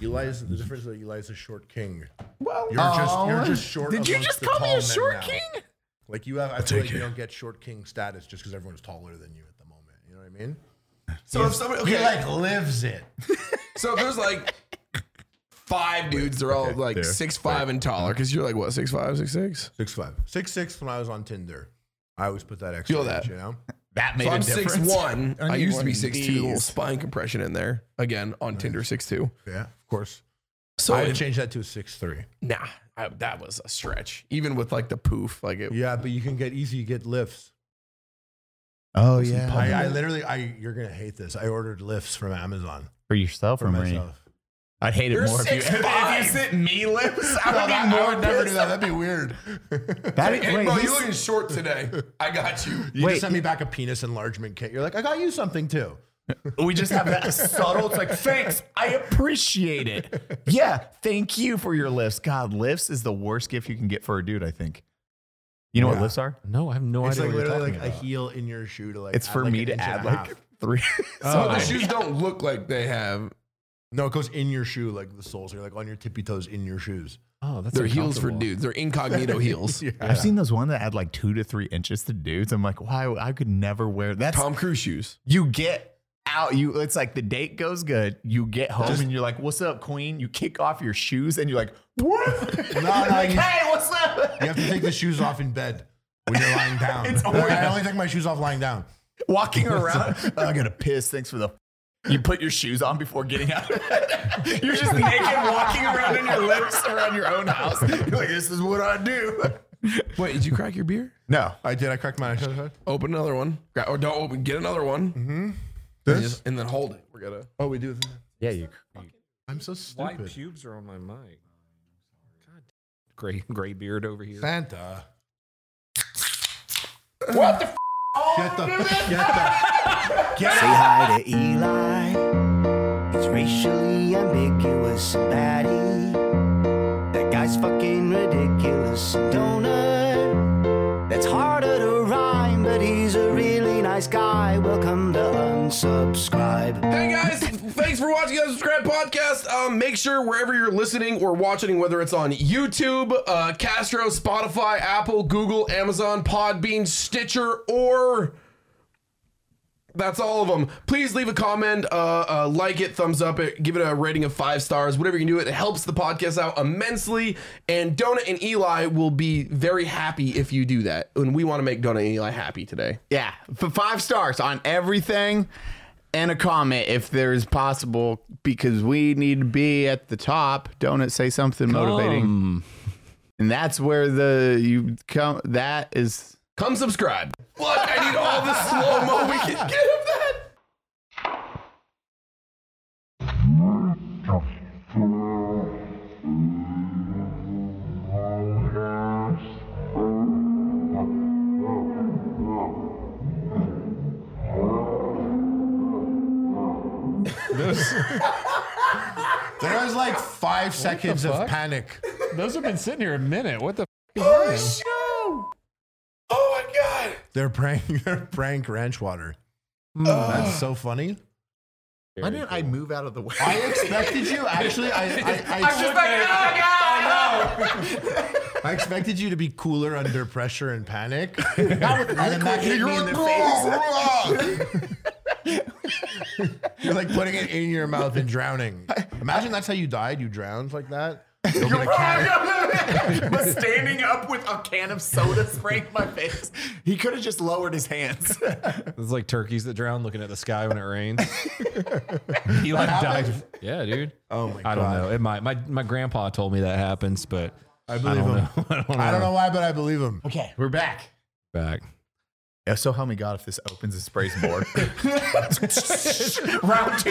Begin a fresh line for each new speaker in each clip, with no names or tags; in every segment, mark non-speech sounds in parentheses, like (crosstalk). Eli's the difference is that Eli's a short king.
Well,
You're just you're just short.
Oh. Did you
amongst
just
the
call me
tall
a
men
short
now.
king?
Like you have, I feel
take
like you
it.
don't get short king status just because everyone's taller than you at the moment. You know what I mean?
So if somebody
He
okay,
like lives it.
so if there's like five dudes, they're all like
fair,
six five and taller, because you're like what six five, six six.
Six five, six six. When I was on Tinder, I always put that extra.
Feel that.
inch, you know?
That made
So
a
I'm
difference.
six one.
I
I
need
used to
one
be
of
six two. Little
these.
spine compression in there again on Tinder six two.
Yeah, of course.
So
I would
it-
change that to a six three.
nah, I, that was a stretch. Even with like the poof, like it.
Yeah, but you can get easy. You get lifts.
Oh yeah.
I, I literally, I you're gonna hate this. I ordered lifts from Amazon
(laughs) for yourself
for
or me?
myself.
I'd hate it
You're
more if you, (laughs) if, if
6'5".
you sent me lips. I would
that- (laughs)
be
I
more.
would
never
do
that.
That'd be weird. (laughs)
That is,
Hey,
wait,
bro,
he's-
you're looking short today. I got you.
You
Wait.
just sent me back a penis enlargement kit. You're like, I got you something too.
(laughs) we just have that subtle. It's like, thanks, I appreciate it.
(laughs)
Yeah, thank you for your lifts. God, lifts is the worst gift you can get for a dude. I think. You know what
Yeah.
lifts are?
No, I have no
It's
idea.
like
what you're
literally like
talking
a
about.
heel in your shoe to like.
It's
add,
for
like,
me
an
to
inch and
add
a half.
like (laughs)
(laughs)
three.
Some
Oh,
of the shoes don't look like they have
No, it goes in your shoe, like the soles. You're like on your tippy toes in your shoes. (laughs)
Oh, that's
They're heels for
uncomfortable.
dudes. They're incognito heels.
I've seen those ones that add like two to three inches to dudes. I'm like, why? I could never wear that.
Tom Cruise shoes.
you get out you it's like the date goes good you get home and you're like what's up queen you kick off your shoes and you're like (laughs) what
No, no,
like
you-
hey what's up
You have to take the shoes off in bed when you're lying down.
It's
Like, I only take my shoes off lying down.
walking around "Oh, (laughs) i gotta piss thanks for the you put your shoes on before getting (laughs) out of bed. You're just naked walking around in your lips around your own house. (laughs) You're like, this is what I do. (laughs)
Wait, did you crack your beer?
No.
I did. I cracked my eyes.
Open another one. Gra- Or don't open. Get another one. And, just- and then hold it. We're gonna.
Oh, we do.
Yeah, you. you
I'm so
Why
stupid.
pubes are on my mic? God, gray gray beard over (laughs) here.
Santa.
What the? F-
Get the. Get the.
Say hi to Eli. He's racially ambiguous and batty. That guy's fucking ridiculous and donut. That's harder to rhyme, but he's a really nice guy. Welcome to unsubscribe.
hey guys, thanks for watching the Subscribe Podcast. Um, make sure wherever you're listening or watching, whether it's on YouTube, uh, Castro, Spotify, Apple, Google, Amazon, Podbean, Stitcher, or That's all of them. Please leave a comment, uh, uh, like it, thumbs up, it, give it a rating of five stars, whatever you can do. It helps the podcast out immensely. And Donut and Eli will be very happy if you do that. And we want to make Donut and Eli happy today.
Yeah, for five stars on everything and a comment if there is possible because we need to be at the top. Don't it say something motivating?
Um,
And that's where the you come that is
Come subscribe. Look, I need all the slow mo we can get of that.
There was like five seconds of panic.
those have been sitting here a minute. What the?
Oh my god.
They're prank. (laughs) They're prank ranch water. That's so funny.
Why didn't I move out of the way?
(laughs) I expected you. Actually, I. I, I, (laughs) I expected you to be cooler under pressure and (laughs) panic. and then that hit me in the (laughs) face. You're like putting it in your mouth and drowning. Imagine that's how you died. You drowned like (laughs) that. You open a can. (laughs)
but standing up with a can of soda spraying my face, he could have just lowered
(laughs)
his hands.
It's like turkeys that drown looking at the sky when it (laughs) rains. he like died. Yeah, dude.
Oh my
I don't
God.
know. It might. My my grandpa told me that happens, but (laughs) I
believe
don't
him.
know. I don't know.
I don't know why, but I believe him.
okay, we're back.
Back.
Yeah, Oh, so help me God if this opens and sprays more.
(laughs)
Round
(laughs)
two.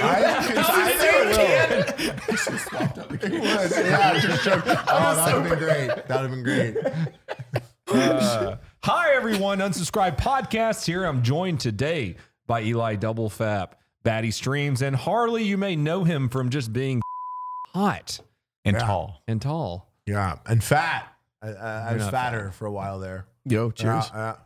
I, I think (laughs) it will. It was. Yeah, I just choked. Oh, (laughs) that would have been great. That would have been great.
(laughs) Uh, hi everyone, Unsubscribe Podcast here. I'm joined today by Eli Double Fap, Batty Streams, and Harley. You may know him from just being (laughs) hot
and tall.
and tall.
Yeah, and fat. I, I, I was
not
fatter for a while there.
(laughs)
Yo, cheers.
Yeah, yeah.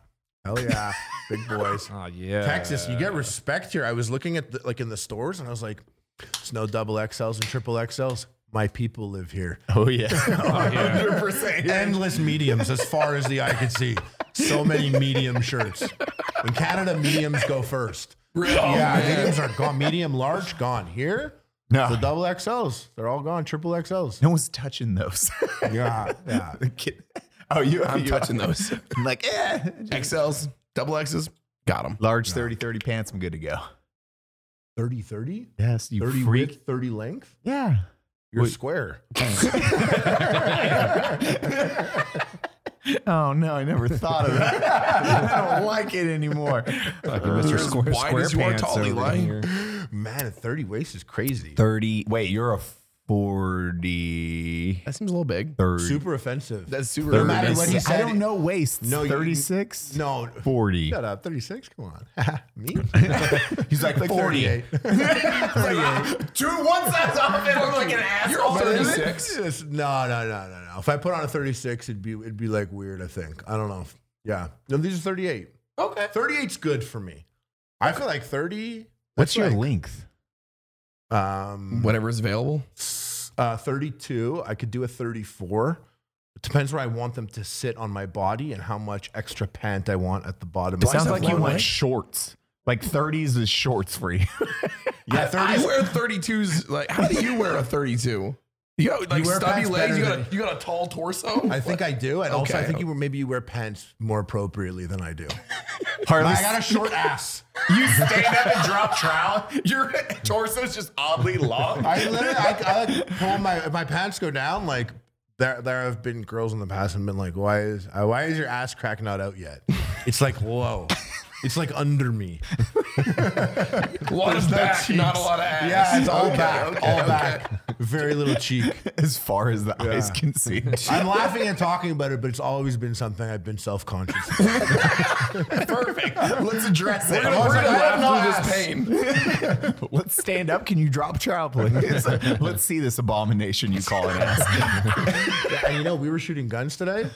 hell yeah, big boys. (laughs)
Oh yeah, (laughs)
Ah,
Texas, you get respect here. I was looking at the, like in the stores, and I was like, It's no double XLs and triple XLs. My people live here.
Oh yeah. (laughs)
Endless mediums as far as the eye can see. So many medium shirts. In Canada, mediums go first.
Oh,
yeah, mediums are gone. Medium, large, gone. Here,
No.
the double XLs, they're all gone. Triple XLs.
Ah. No one's touching those. (laughs)
Yeah, yeah.
The kid- oh, you.
I'm
you-
touching those.
I'm like, eh.
XLs, double X's. Got them.
Large 30 30 pants. I'm good to go.
30 30?
Yes, you
30
freak.
width, 30 length?
Yeah.
You're square.
Oh no, I never thought of that. (laughs) I don't like it anymore.
Mr. Square,
wide as you are tall, Eli.
Man, a 30 waist is crazy.
30. Wait, you're a 40.
That seems a little big.
30.
Super offensive.
That's super.
No matter what he
I
said.
don't know waist.
No, you-
36?
No,
40.
shut up. 36? Come on. (laughs) Me?
(laughs) He's like, 40.
48.
(laughs) Drew, one size off and look like an asshole.
But is it- it's- No, no, no, no, no. If I put on a 36, it'd be it'd be like weird. I think. I don't know. If, yeah. No, these are 38. Okay. 38's good for me. I feel like 30.
What's
that's
your
like,
length?
Um,
Whatever is available.
uh, 32. I could do a 34. It depends where I want them to sit on my body and how much extra pant I want at the bottom.
It sounds
Why
like
is
you
long
want
eh?
leg?
shorts. Like 30s is shorts for you.
Yeah,
I
30s.
wear 32s. Like, how do you wear a 32? You got like
wear
stubby
pants
legs.
better
You got, a,
than-
you got a tall torso.
I
(laughs)
think I do, and also I
Okay.
think you were- maybe you wear pants more appropriately than I do.
Harley,
I got a short ass.
you stand up and drop trowel.
(laughs)
Your torso's just oddly long.
I literally, I, I like pull my if my pants go down. Like there, there have been girls in the past and been like, "Why is, uh, why is your ass crack not out yet?" It's like low. It's like under me.
A lot of back, not a lot of ass.
Yeah, it's all
Okay,
back,
okay,
all
okay.
back, very little
(laughs)
cheek.
(laughs) As far as the eyes can see.
I'm laughing and talking about it, but it's always been something I've been self conscious. Of.
Perfect. Let's address
We're
it.
gonna, we're gonna
I have no
laugh through this pain.
Let's stand up. Can you drop trowel, (laughs) please? Let's see this abomination you call an ass.
Yeah, and you know, we were shooting guns
(laughs)
today, and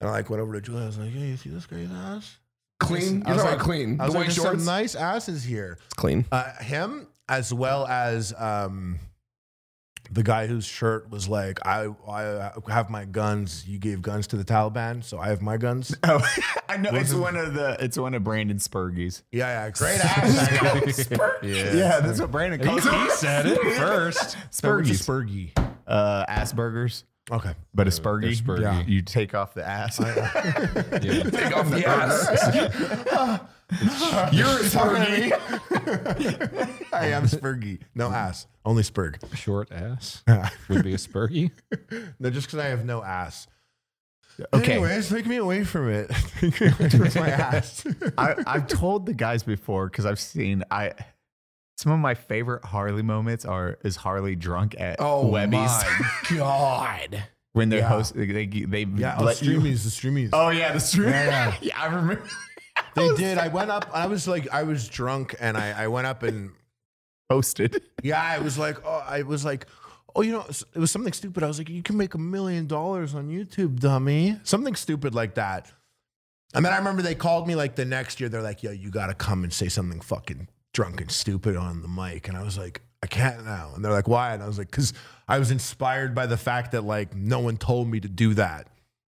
I like went over to Julia. I was like, "Hey, you see this guy's ass?"
Clean.
I
You're
was
talking
like,
clean.
I
The
was like,
white
"There's some
shorts.
nice asses here."
It's clean.
uh, him as well as um, the guy whose shirt was like, I, I have my guns. You gave guns to the Taliban, so I have my guns.
(laughs) Oh, I know it's one of the it's one of Brandon Spurgees.
Yeah, yeah,
(laughs)
great ass.
Yeah, that's what Brandon
He,
calls
he
(laughs)
said it first.
Spurgies.
Spurgy.
Uh, Asperger's,
Okay.
but a Spurgy.
Spurgy.
Yeah. You take off the ass.
Take
(laughs)
off the ass.
You're Spurgy. (laughs) I am Spurgy. No ass, only Spurg.
(laughs)
Short ass would be a spurgy.
No, just because I have no ass.
Okay.
Anyways, take me away from it. Take me away from my ass.
I, I've told the guys before because I've seen I. Some of my favorite Harley moments are is Harley drunk at
Oh
Webby's
my god.
(laughs) when they're
Yeah.
host they they
Yeah, oh,
let you.
streamies, the streamies.
Oh yeah, the stream.
Yeah,
(laughs)
yeah.
I remember.
They did. I went up. I was like, I was drunk, and I, I went up and
Posted.
yeah, it was like, oh, I was like, oh, you know, s- it was something stupid. I was like, you can make a million dollars on YouTube, dummy. Something stupid like that. And then I remember they called me like the next year. They're like, yo, you gotta come and say something fucking drunk and stupid on the mic. And I was like, I can't now. And they're like, why? And I was like, because I was inspired by the fact that like no one told me to do that.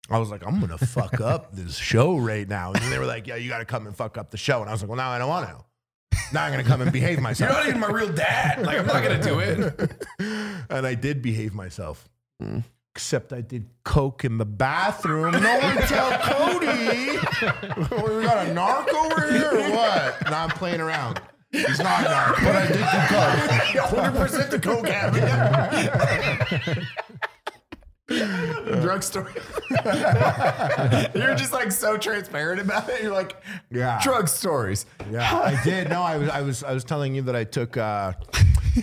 I was like, I'm gonna fuck up this show right now. And then they were like, yeah, you gotta come and fuck up the show. And I was like, well, now I don't want to. Now I'm gonna come and behave myself
You're not even my real dad. Like I'm not gonna do (laughs) it.
(laughs) and I did behave myself.
Mm.
Except I did coke in the bathroom. No one tell Cody. (laughs) we got a narc over here or what? No, I'm playing around. He's not a
(laughs)
narc, but I did do coke.
100% the coke habit.
(laughs)
Drugstore. You're just like so transparent about it. You're like,
Yeah.
drug stories.
Yeah, I did. No, I was, I was, I was telling you that I took a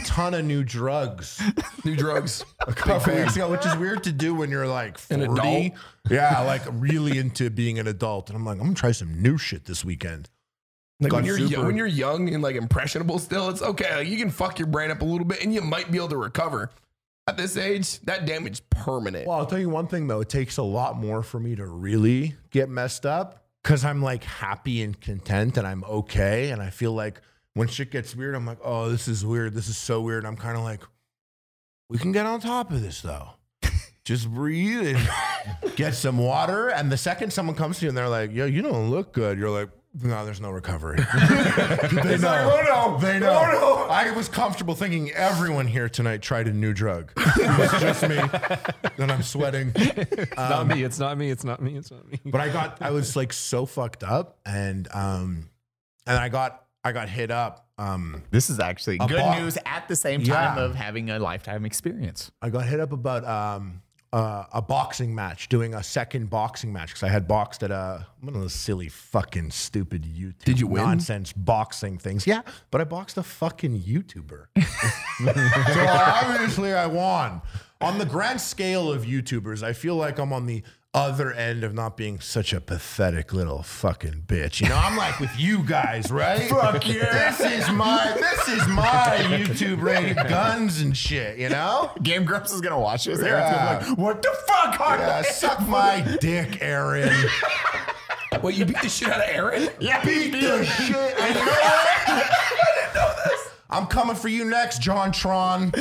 ton of new drugs
(laughs)
(laughs)
New drugs.
a couple weeks ago, which is weird to do when you're like 40.
An adult?
Yeah, like really into being an adult. And I'm like, I'm gonna try some new shit this weekend.
Like when
Got
you're yo-
super-
when you're young and like impressionable still, it's okay. Like you can fuck your brain up a little bit and you might be able to recover. At this age, that damage permanent.
Well, I'll tell you one thing though, it takes a lot more for me to really get messed up because I'm like happy and content and I'm okay. And I feel like when shit gets weird, I'm like, oh, this is weird. This is so weird. I'm kind of like, we can get on top of this though. (laughs) Just breathe and get some water. And the second someone comes to you and they're like, yo, you don't look good, you're like, no, there's no recovery. (laughs) they know. oh no, they know. I was comfortable thinking everyone here tonight tried a new drug. It was just me. Then I'm sweating.
not me. It's not me. It's not me. It's
(laughs)
not me.
But I got I was like so fucked up and um and I got I got hit up. Um
This is actually good
bar.
news at the same time
Yeah.
of having a lifetime experience.
I got hit up about um uh, a boxing match, doing a second boxing match because I had boxed at a one of those silly fucking stupid YouTube
Did you win?
nonsense boxing things. Yeah, but I boxed a fucking
(laughs)
YouTuber. so obviously I won. On the grand scale of YouTubers, I feel like I'm on the other end of not being such a pathetic little fucking bitch. You know, I'm like with you guys, right? Fuck yeah. This is my this is
(laughs)
my YouTube rated guns and shit, you know?
Game Grumps is gonna watch this. Aaron's gonna be like, what the fuck? Harvey?"
Yeah, suck my dick, Aaron.
Wait, you beat the shit out of Aaron?
(laughs) Yeah,
Beat the shit. I (laughs) know I'm coming for you next, John Tron.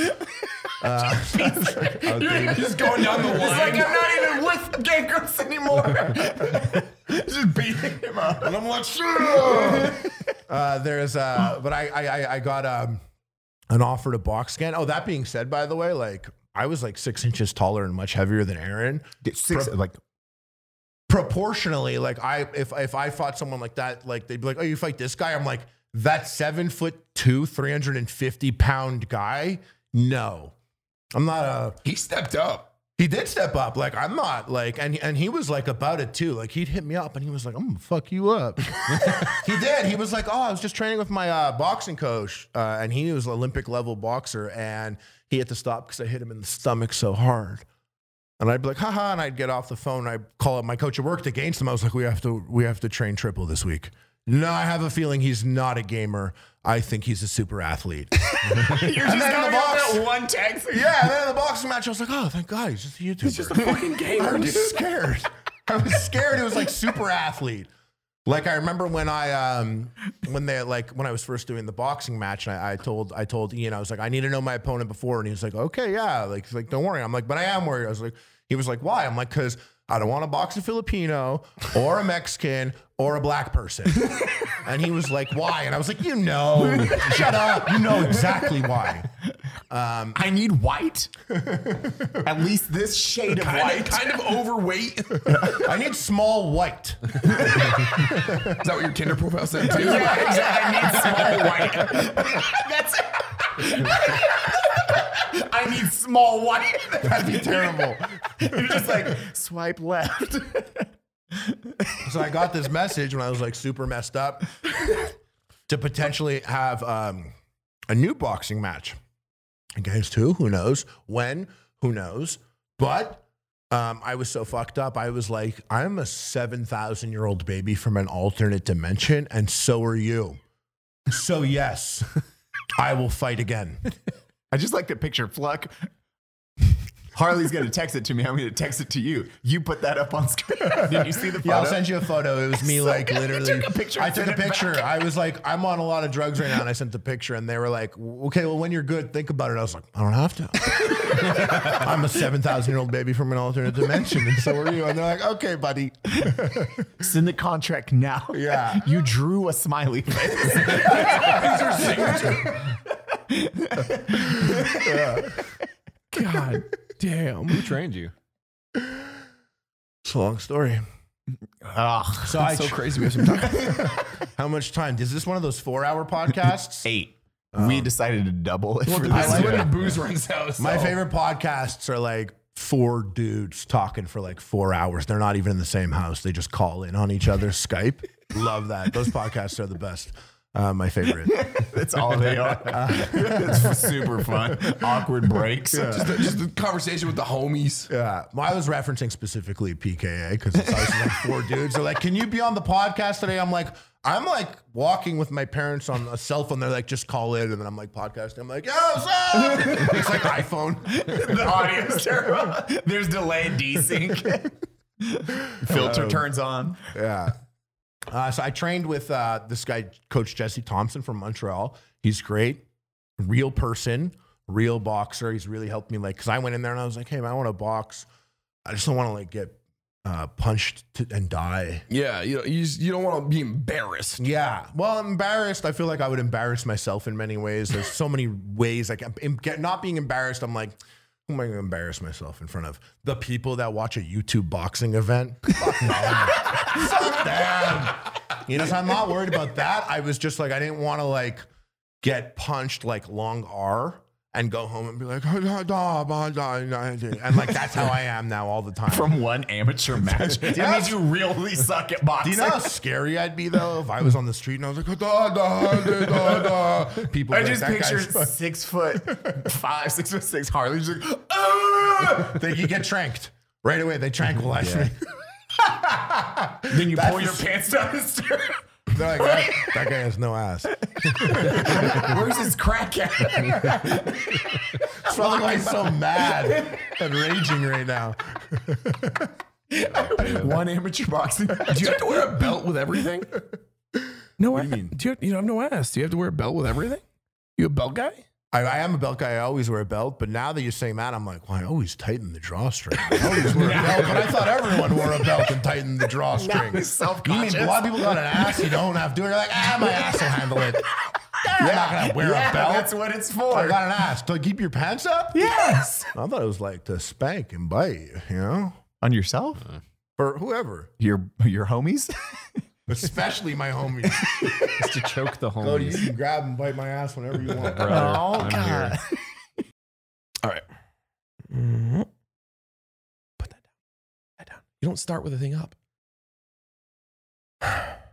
You're just going down the line.
It's like I'm not even with Game Grumps
(laughs)
anymore. Just beating him up.
And I'm like, sure. uh, there's, uh, but I, I, I- I got um, an offer to box again. Oh, that being said, by the way, like I was like six inches taller and much heavier than Aaron.
Six, like,
Proportionally, like I, if if I fought someone like that, like they'd be like, oh, you fight this guy. I'm like that seven foot two, three hundred and fifty pound guy. No, I'm not a.
he stepped up.
He did step up. Like I'm not like, and and he was like about it too. Like he'd hit me up and he was like, "I'm gonna fuck you up." (laughs) he did. He was like, "Oh, I was just training with my uh, boxing coach, uh, and he was an Olympic level boxer, and he had to stop because I hit him in the stomach so hard." And I'd be like, haha, and I'd get off the phone. I'd call up my coach at work against him. I was like, we have to, we have to train triple this week. No, I have a feeling he's not a gamer. I think he's a super (laughs) athlete.
You're
And
just
then in the
gonna
box-
go that one text.
yeah, and then in the boxing match, I was like, oh, thank God, he's just a YouTuber.
Fucking
I
gamer,
was
dude.
scared. I was scared. It was like super athlete. Like I remember when I um when they like when I was first doing the boxing match, and I, I told I told Ian I was like I need to know my opponent before, and he was like okay yeah like he's like don't worry. I'm like but I am worried. I was like he was like why? I'm like because I don't want to box a Filipino or a Mexican or a black person. and he was like why? And I was like you know shut up you know exactly why.
I need white. At least this shade (laughs) of
Kind of,
white.
kind of overweight. Is
I need small white.
that what your Tinder profile said
(laughs)
too?
Yeah, exactly. I need small white. That's I need small white. That'd be
Terrible.
You're just like swipe left.
So I got this message when I was like super messed up to potentially have um, a new boxing match against who? Who knows? When? Who knows? But um, I was so fucked up. I was like, I'm a 7,000 year old baby from an alternate dimension, and so are you. So, yes, I will fight again.
I just like to picture Fluck. Harley's gonna text it to me. I'm gonna text it to you. You put that up on screen. (laughs) Did you see the photo?
Yeah, I'll send you a photo. It was me
So
like
good. You
literally.
took a picture
I
and
took a
sent it
picture. I was like, I'm on a lot of drugs right now, and I sent the picture, and they were like, "Okay, well, when you're good, think about it." I was like, "I don't have to. (laughs) I'm a seven thousand year old baby from an alternate dimension, and so are you." And they're like, "Okay, buddy."
Send the contract now.
Yeah.
(laughs) You drew a smiley face.
God damn. Who trained you?
It's a long story.
Ugh.
So, I,
That's so crazy. We have (laughs) some time.
how much time? Is this one of those four hour podcasts?
Eight. we decided to double it for
I
this.
like when the booze runs out.
My
so-
favorite podcasts are like four dudes talking for like four hours. They're not even in the same house. They just call in on each other's Skype. Love that. Those podcasts are the best. Uh, my favorite.
That's all they are. (laughs) it's super fun. Awkward breaks.
Just a, just a conversation with
(laughs)
the homies.
Yeah. Well, I was referencing specifically PKA because it's always like four dudes. They're like, can you be on the podcast today? I'm like, I'm like walking with my parents on a cell phone. They're like, just call in. And then I'm like, podcasting. I'm like, yo, what's up?" It's like iPhone.
the audio's terrible. There's delay desync. Filter turns on.
Yeah. Uh, so I trained with uh, this guy, Coach Jesse Thompson from Montreal. He's great, real person, real boxer. He's really helped me. Like, cause I went in there and I was like, hey, man, I want to box. I just don't want to like get uh, punched to, and die.
Yeah, you know, you, just- you don't want to be embarrassed.
Yeah. Well, I'm embarrassed. I feel like I would embarrass myself in many ways. There's so many ways. Like, I'm, em- get- not being embarrassed, I'm like, who am I going to embarrass myself in front of? The people that watch a YouTube boxing event? (laughs) Fuck no. Fuck them. You know, so I'm not worried about that. I was just like, I didn't want to like get punched like long R and go home and be like, and like that's how I am now all the time.
From one amateur match. That means you really suck at
Do
boxing.
you know
(laughs)
how scary I'd be though if I was on the street and I was like, da da da da da. People.
I
would be
just
like, "That
picture
guy's fucked."
(laughs)
six foot five, six foot six Harley. Just like, "Ah!"
They you get tranked right away. They tranquilize me.
(laughs) then you pull your pants down the stairs.
They're like,
(laughs)
that, that guy has no ass.
Where's his crack
(laughs)
at?
That's why I'm so
(laughs)
mad and raging right now.
One amateur boxing.
(laughs)
match.
Do you have to wear a belt with everything? No, what do you mean? Do you, you don't have no ass? Do you have to wear a belt with everything? You a belt guy?
I, I am a belt guy. I always wear a belt, but now that you're saying that, I'm like, well, I always tighten the drawstring. I always wear a belt, but I thought everyone wore a belt and tightened the drawstring. You mean
Self-conscious.
a lot of people got an ass? You don't have to. You're like, ah, my ass will handle it. I'm not gonna wear
Yeah,
a belt.
That's what it's for.
I got an ass to keep your pants up. (laughs)
yes.
I thought it was like to spank and bite, you you know,
On yourself?
for whoever,
Your your homies?
especially my homies. (laughs)
It's to choke the
Go to you
homies.
can grab and bite my ass whenever you want.
Brother, I'm here.
All right. Mhm. Put that down. Put that down. You don't start with a thing up. (sighs)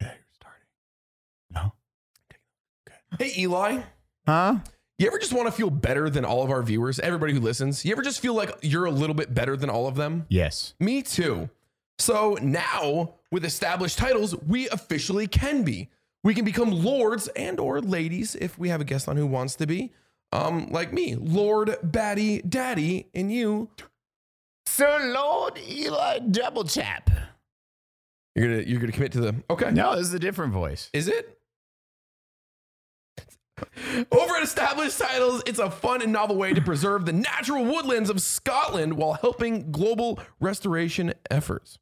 Yeah, you're starting. No.
(laughs) Hey, Eli.
Huh?
You ever just want to feel better than all of our viewers, everybody who listens? You ever just feel like you're a little bit better than all of them?
Yes.
Me too. So now, with established titles, we officially can be. We can become lords and or ladies if we have a guest on who wants to be. Um, like me, Lord Batty Daddy, and you.
Sir Lord Eli Double Tap.
You're gonna you're gonna commit to the okay.
No, this is a different voice.
Is it? Over at Established Titles, it's a fun and novel way to preserve the natural woodlands of Scotland while helping global restoration efforts.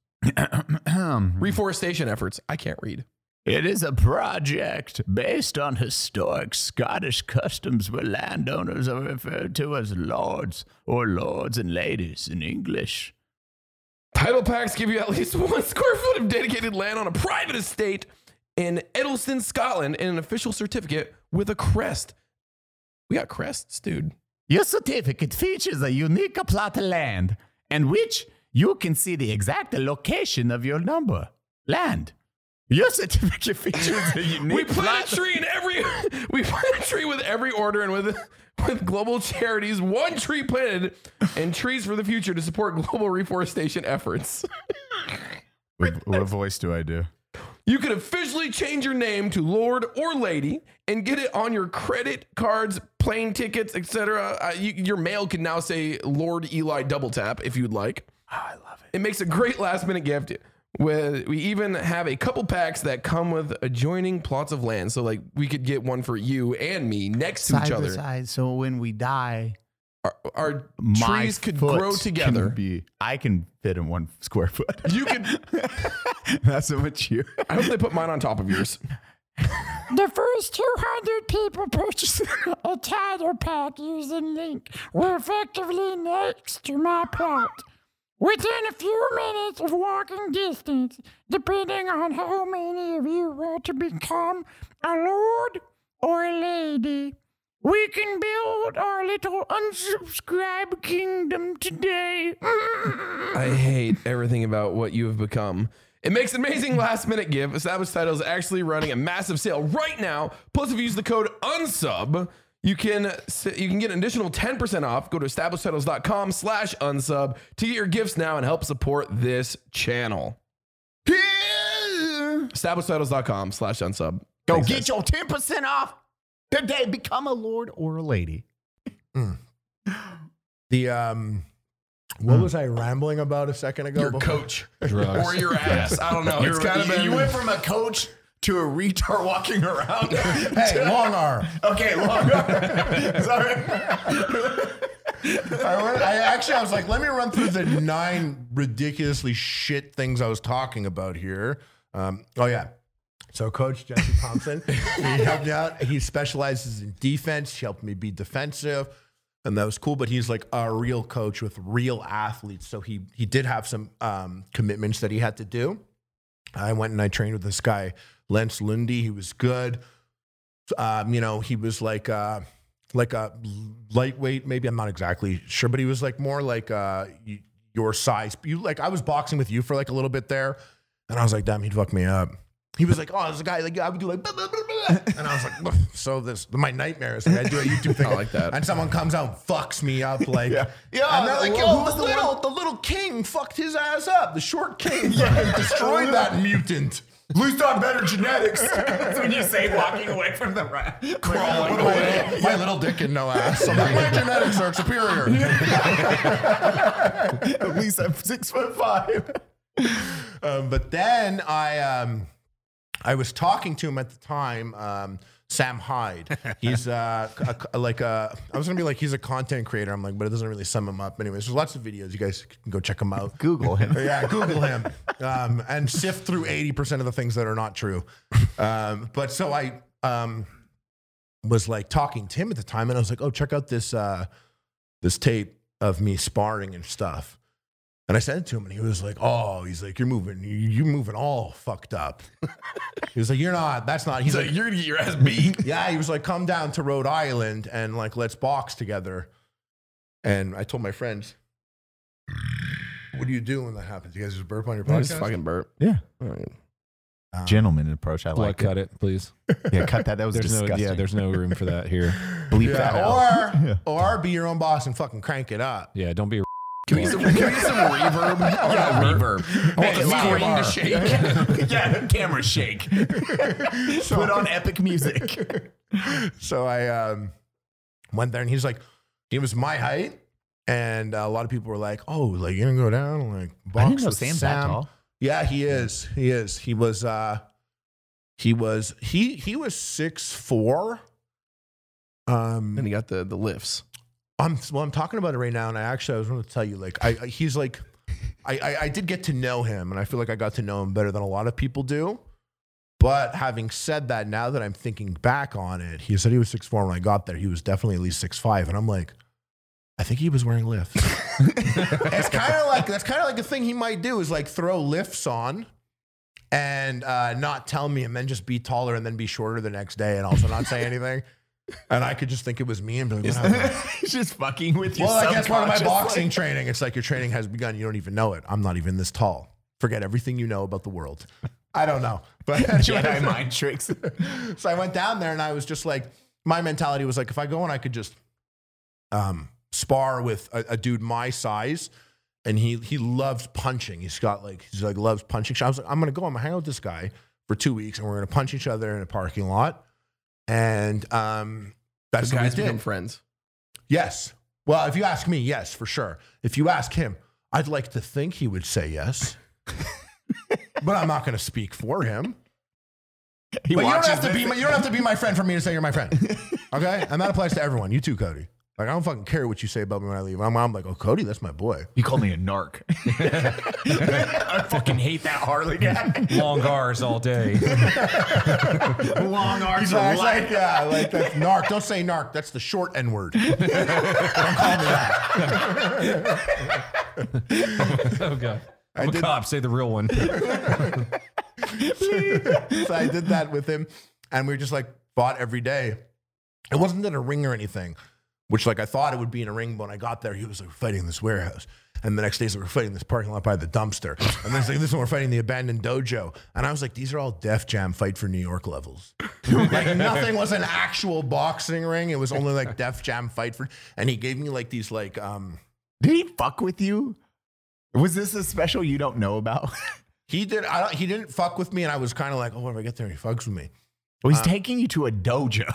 (clears throat)
Reforestation efforts. I can't read.
It is a project based on historic Scottish customs where landowners are referred to as lords or lords and ladies in English.
Title packs give you at least (laughs) one square foot of dedicated land on a private estate in Edelston, Scotland, and an official certificate with a crest. We got crests, dude.
Your certificate features a unique plot of land in which you can see the exact location of your number land. Your certificate (laughs) features a unique
We plant
plot-
a tree in every (laughs) we plant a tree with every order and with with global charities, one tree planted and trees for the future to support global reforestation efforts.
What, what voice do I do?
You can officially change your name to Lord or Lady and get it on your credit cards, plane tickets, etc. Uh, you, your mail can now say Lord Eli Double Tap if you'd like.
Ah, I love it.
It makes a great last minute gift. With we even have a couple packs that come with adjoining plots of land, so like we could get one for you and me next to each
Side by
other.
side, so when we die,
our, our
My
trees could
foot
grow
can
together.
be- I can fit in one square foot.
you could.
(laughs) That's so much you.
I hope they put mine on top of
(laughs)
yours.
The first 200 people purchasing a title pack using Link were effectively next to my plot. Within a few minutes of walking distance, depending on how many of you want to become a lord or a lady, we can build our little unsubscribe kingdom today.
I hate everything about what you have become. It makes an amazing last minute gift. Established Title is actually running a massive sale right now. Plus, if you use the code unsub, you can s- you can get an additional 10% off. Go to establishedtitles.com slash unsub to get your gifts now and help support this channel. Establishedtitles.com slash unsub.
Go get your 10% off today. Become a lord or a lady.
The um, What was I rambling about a second ago?
Your
before-
coach or your ass. I don't know. It's kind
you, you went from a coach to a retard walking around.
Hey,
(laughs)
long arm.
okay, long
(laughs)
Sorry.
I, went- I actually, I was like, let me run through the nine ridiculously shit things I was talking about here. Um, oh yeah. So Coach Jesse Thompson,
(laughs)
he helped me out. He specializes in defense. He helped me be defensive, and that was cool. But he's like a real coach with real athletes, so he he did have some um, commitments that he had to do. I went and I trained with this guy, Lance Lundy. He was good. Um, you know, he was like uh, like a lightweight, maybe I'm not exactly sure, but he was like more like uh, y- your size. You like I was boxing with you for like a little bit there, and I was like, damn, he'd fuck me up. He was like, oh, there's a guy like I would do like, blah, blah, blah, blah. and I was like, "Ugh." so this my nightmare is like (laughs) I do a YouTube thing like that, and someone comes out and fucks me up like, (laughs) yeah, and they're like, yo, the little the little king fucked his ass up, the short king (laughs) fucking destroyed that mutant.
Lose on
(laughs)
better genetics. That's when you say walking away from the ra- crawling away.
My, my little dick and no
(laughs)
ass. I'm like, my genetics are superior.
At least I'm six foot five.
um, but then I um, I was talking to him at the time. Um, Sam Hyde. He's uh, a, a- like a, I was gonna be like he's a content creator. I'm like, but it doesn't really sum him up. Anyways, there's lots of videos. You guys can go check him out.
Google him.
yeah, Google him um, and sift through 80% of the things that are not true. Um, but so I um, was like talking to him at the time and I was like, oh, check out this, uh, this tape of me sparring and stuff. And I sent it to him and he was like, oh, he's like, you're moving, you- you're moving all fucked up. he was like, you're not, that's not, he's
He's
like,
like, you're gonna get your ass
(laughs)
beat.
yeah, he was like, come down to Rhode Island and like, let's box together. And I told my friends, what do you do when that happens? You guys just burp on your podcast?
burp.
Yeah.
Um,
Gentleman approach. I
Blood
like
cut it, please.
it. Yeah, cut that. That was
There's no,
disgusting.
yeah, there's no room for that here.
Bleep that out.
(laughs) yeah, or or be your own boss and fucking crank it up.
Yeah, don't be. a-
Can we get some, can we get some reverb? Yeah, (laughs) reverb. Make
it
the
louder.
screen to shake.
(laughs) yeah, the
(laughs)
camera shake. Put on epic music.
So I um, went there and he's like, he was my height, and a lot of people were like, "Oh, like you're gonna go down and like box with Sam." Yeah, he is. He is. He was. uh He was. He he was six four. Um,
And he got the the lifts.
I'm well. I'm talking about it right now, and I actually I was going to tell you like I, I he's like I, I I did get to know him, and I feel like I got to know him better than a lot of people do. But having said that, now that I'm thinking back on it, he said he was six four when I got there. He was definitely at least six five, and I'm like, I think he was wearing lifts. it's
(laughs)
kind of like that's kind of like a thing he might do is like throw lifts on. And uh, not tell me, and then just be taller, and then be shorter the next day, and also not
(laughs)
say anything. And I could just think it was me and be like, "What happened?"
(laughs) He's just fucking with you.
Well, like that's part of my boxing training. It's like your training has begun. You don't even know it. I'm not even this tall. Forget everything you know about the world. I don't know. (laughs) But
(laughs) Jedi mind tricks.
(laughs) so I went down there and I was just like, my mentality was like, if I go and I could just um, spar with a, a dude my size, and he he loves punching. He's got like he's like loves punching. So I was like, I'm gonna go. I'm gonna hang out with this guy for two weeks, and we're gonna punch each other in a parking lot. And um, that's
The
what
guys
we did.
become friends.
Yes. Well, if you ask me, yes, for sure. If you ask him, I'd like to think he would say
(laughs)
yes, but I'm not going to speak for him.
He
but you don't
watches
have to be
this.
my, you don't have to be my friend for me to say you're my friend.
(laughs)
Okay, and that applies to everyone. You too, Cody. Like I don't fucking care what you say about me when I leave. I'm, I'm like, oh, Cody, that's my boy.
You called me a narc.
(laughs)
I fucking hate that Harley guy.
Long R's all day.
Long arms.
So I was like, yeah, like that's narc. Don't say narc. That's the short N word. don't call me that.
Oh god. I'm a
did-
cop. Say the real one.
so I did that with him, and we were just like fought every day. It wasn't in a ring or anything, which like I thought it would be in a ring. But when I got there, he was like fighting in this warehouse, and the next days we were fighting in this parking lot by the dumpster, and then it's like this one we're fighting the abandoned dojo, and I was like, these are all Def Jam fight for New York levels. like nothing was an actual boxing ring. It was only like Def Jam fight for, and he gave me like these like um.
Did he fuck with you? Was this a special you don't know about? (laughs)
He did. I don't, he didn't fuck with me, and I was kind of like, "Oh, what if I get there and he fucks with me?"
Well, he's taking you to a dojo.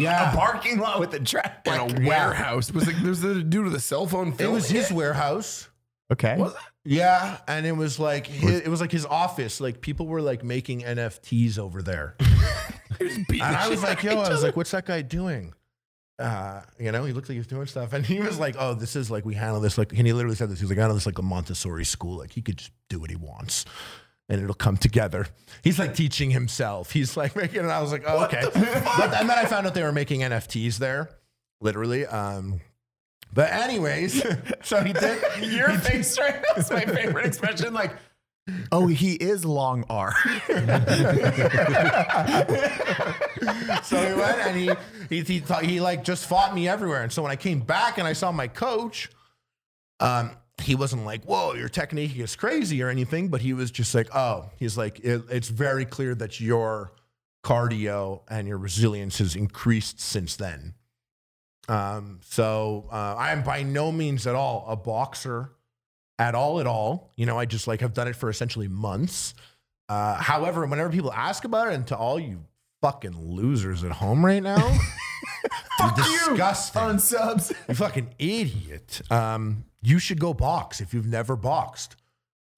(laughs)
Yeah.
a parking lot with a track.
In a warehouse. It was like there's the dude with a cell phone.
It
filming
was his warehouse.
Okay.
Yeah, and it was like his, it was like his office. Like people were like making NFTs over there, and I was like, "Yo," I was like, "What's that guy doing?" Uh, you know, he looked like he was doing stuff, and he was like, "Oh, this is like we handle this like." And he literally said this. He was like, "I know this is like a Montessori school. Like he could just do what he wants." And it'll come together. He's like teaching himself. He's like making, and I was like, oh, okay. But- and then I found out they were making NFTs there, literally. Um, but anyways, (laughs) so he did.
Your face right now is my favorite expression. Like,
Oh, he is long R.
So he went and he he he, thought- he like just fought me everywhere. And so when I came back and I saw my coach, um, he wasn't like, "Whoa, your technique is crazy" or anything, but he was just like, "Oh, he's like, it, it's very clear that your cardio and your resilience has increased since then." Um, so uh, I am by no means at all a boxer, at all, at all. You know, I just like have done it for essentially months. Uh, however, whenever people ask about it, and to all you fucking losers at home right now, fuck disgusting.
(laughs) Unsubs.
You fucking idiot. Um, you should go box if you've never boxed.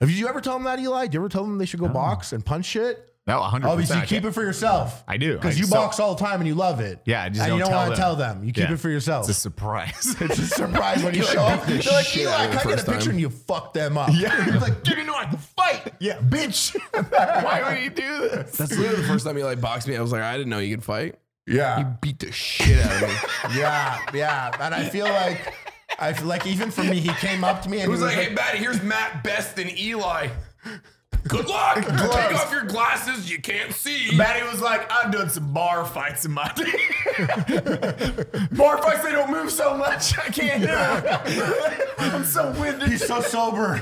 Have you ever told them that, Eli? Do you ever tell them they should go box and punch shit?
No, 100%.
Obviously, you keep it for yourself.
I do.
Because
I-
you (laughs)
so-
box all the time and you love it.
Yeah, I just
and
don't
you don't
tell
want
them.
to tell them. You keep
Yeah.
it for yourself.
It's a
(laughs)
surprise.
It's a (laughs) surprise when you show up. They're like,
shit
Eli,
out of
can I
the
get a
first time."
picture? And you fuck them up.
Yeah.
(laughs) You're like, you didn't know I could fight.
yeah, bitch. (laughs) Why would you do this?
That's literally the first time he like boxed me. I was like, I didn't know you could fight.
Yeah.
Beat the shit out of me.
Yeah, yeah. And I feel like I feel like even for me, he came up to me and
He
he
was like, hey, Matt, here's Matt Best and Eli. Good luck. Take off your glasses. You can't see.
Maddie was like, I've done some bar fights in my day. (laughs) bar fights, they don't move so much. I can't do it. I'm so winded.
he's so sober.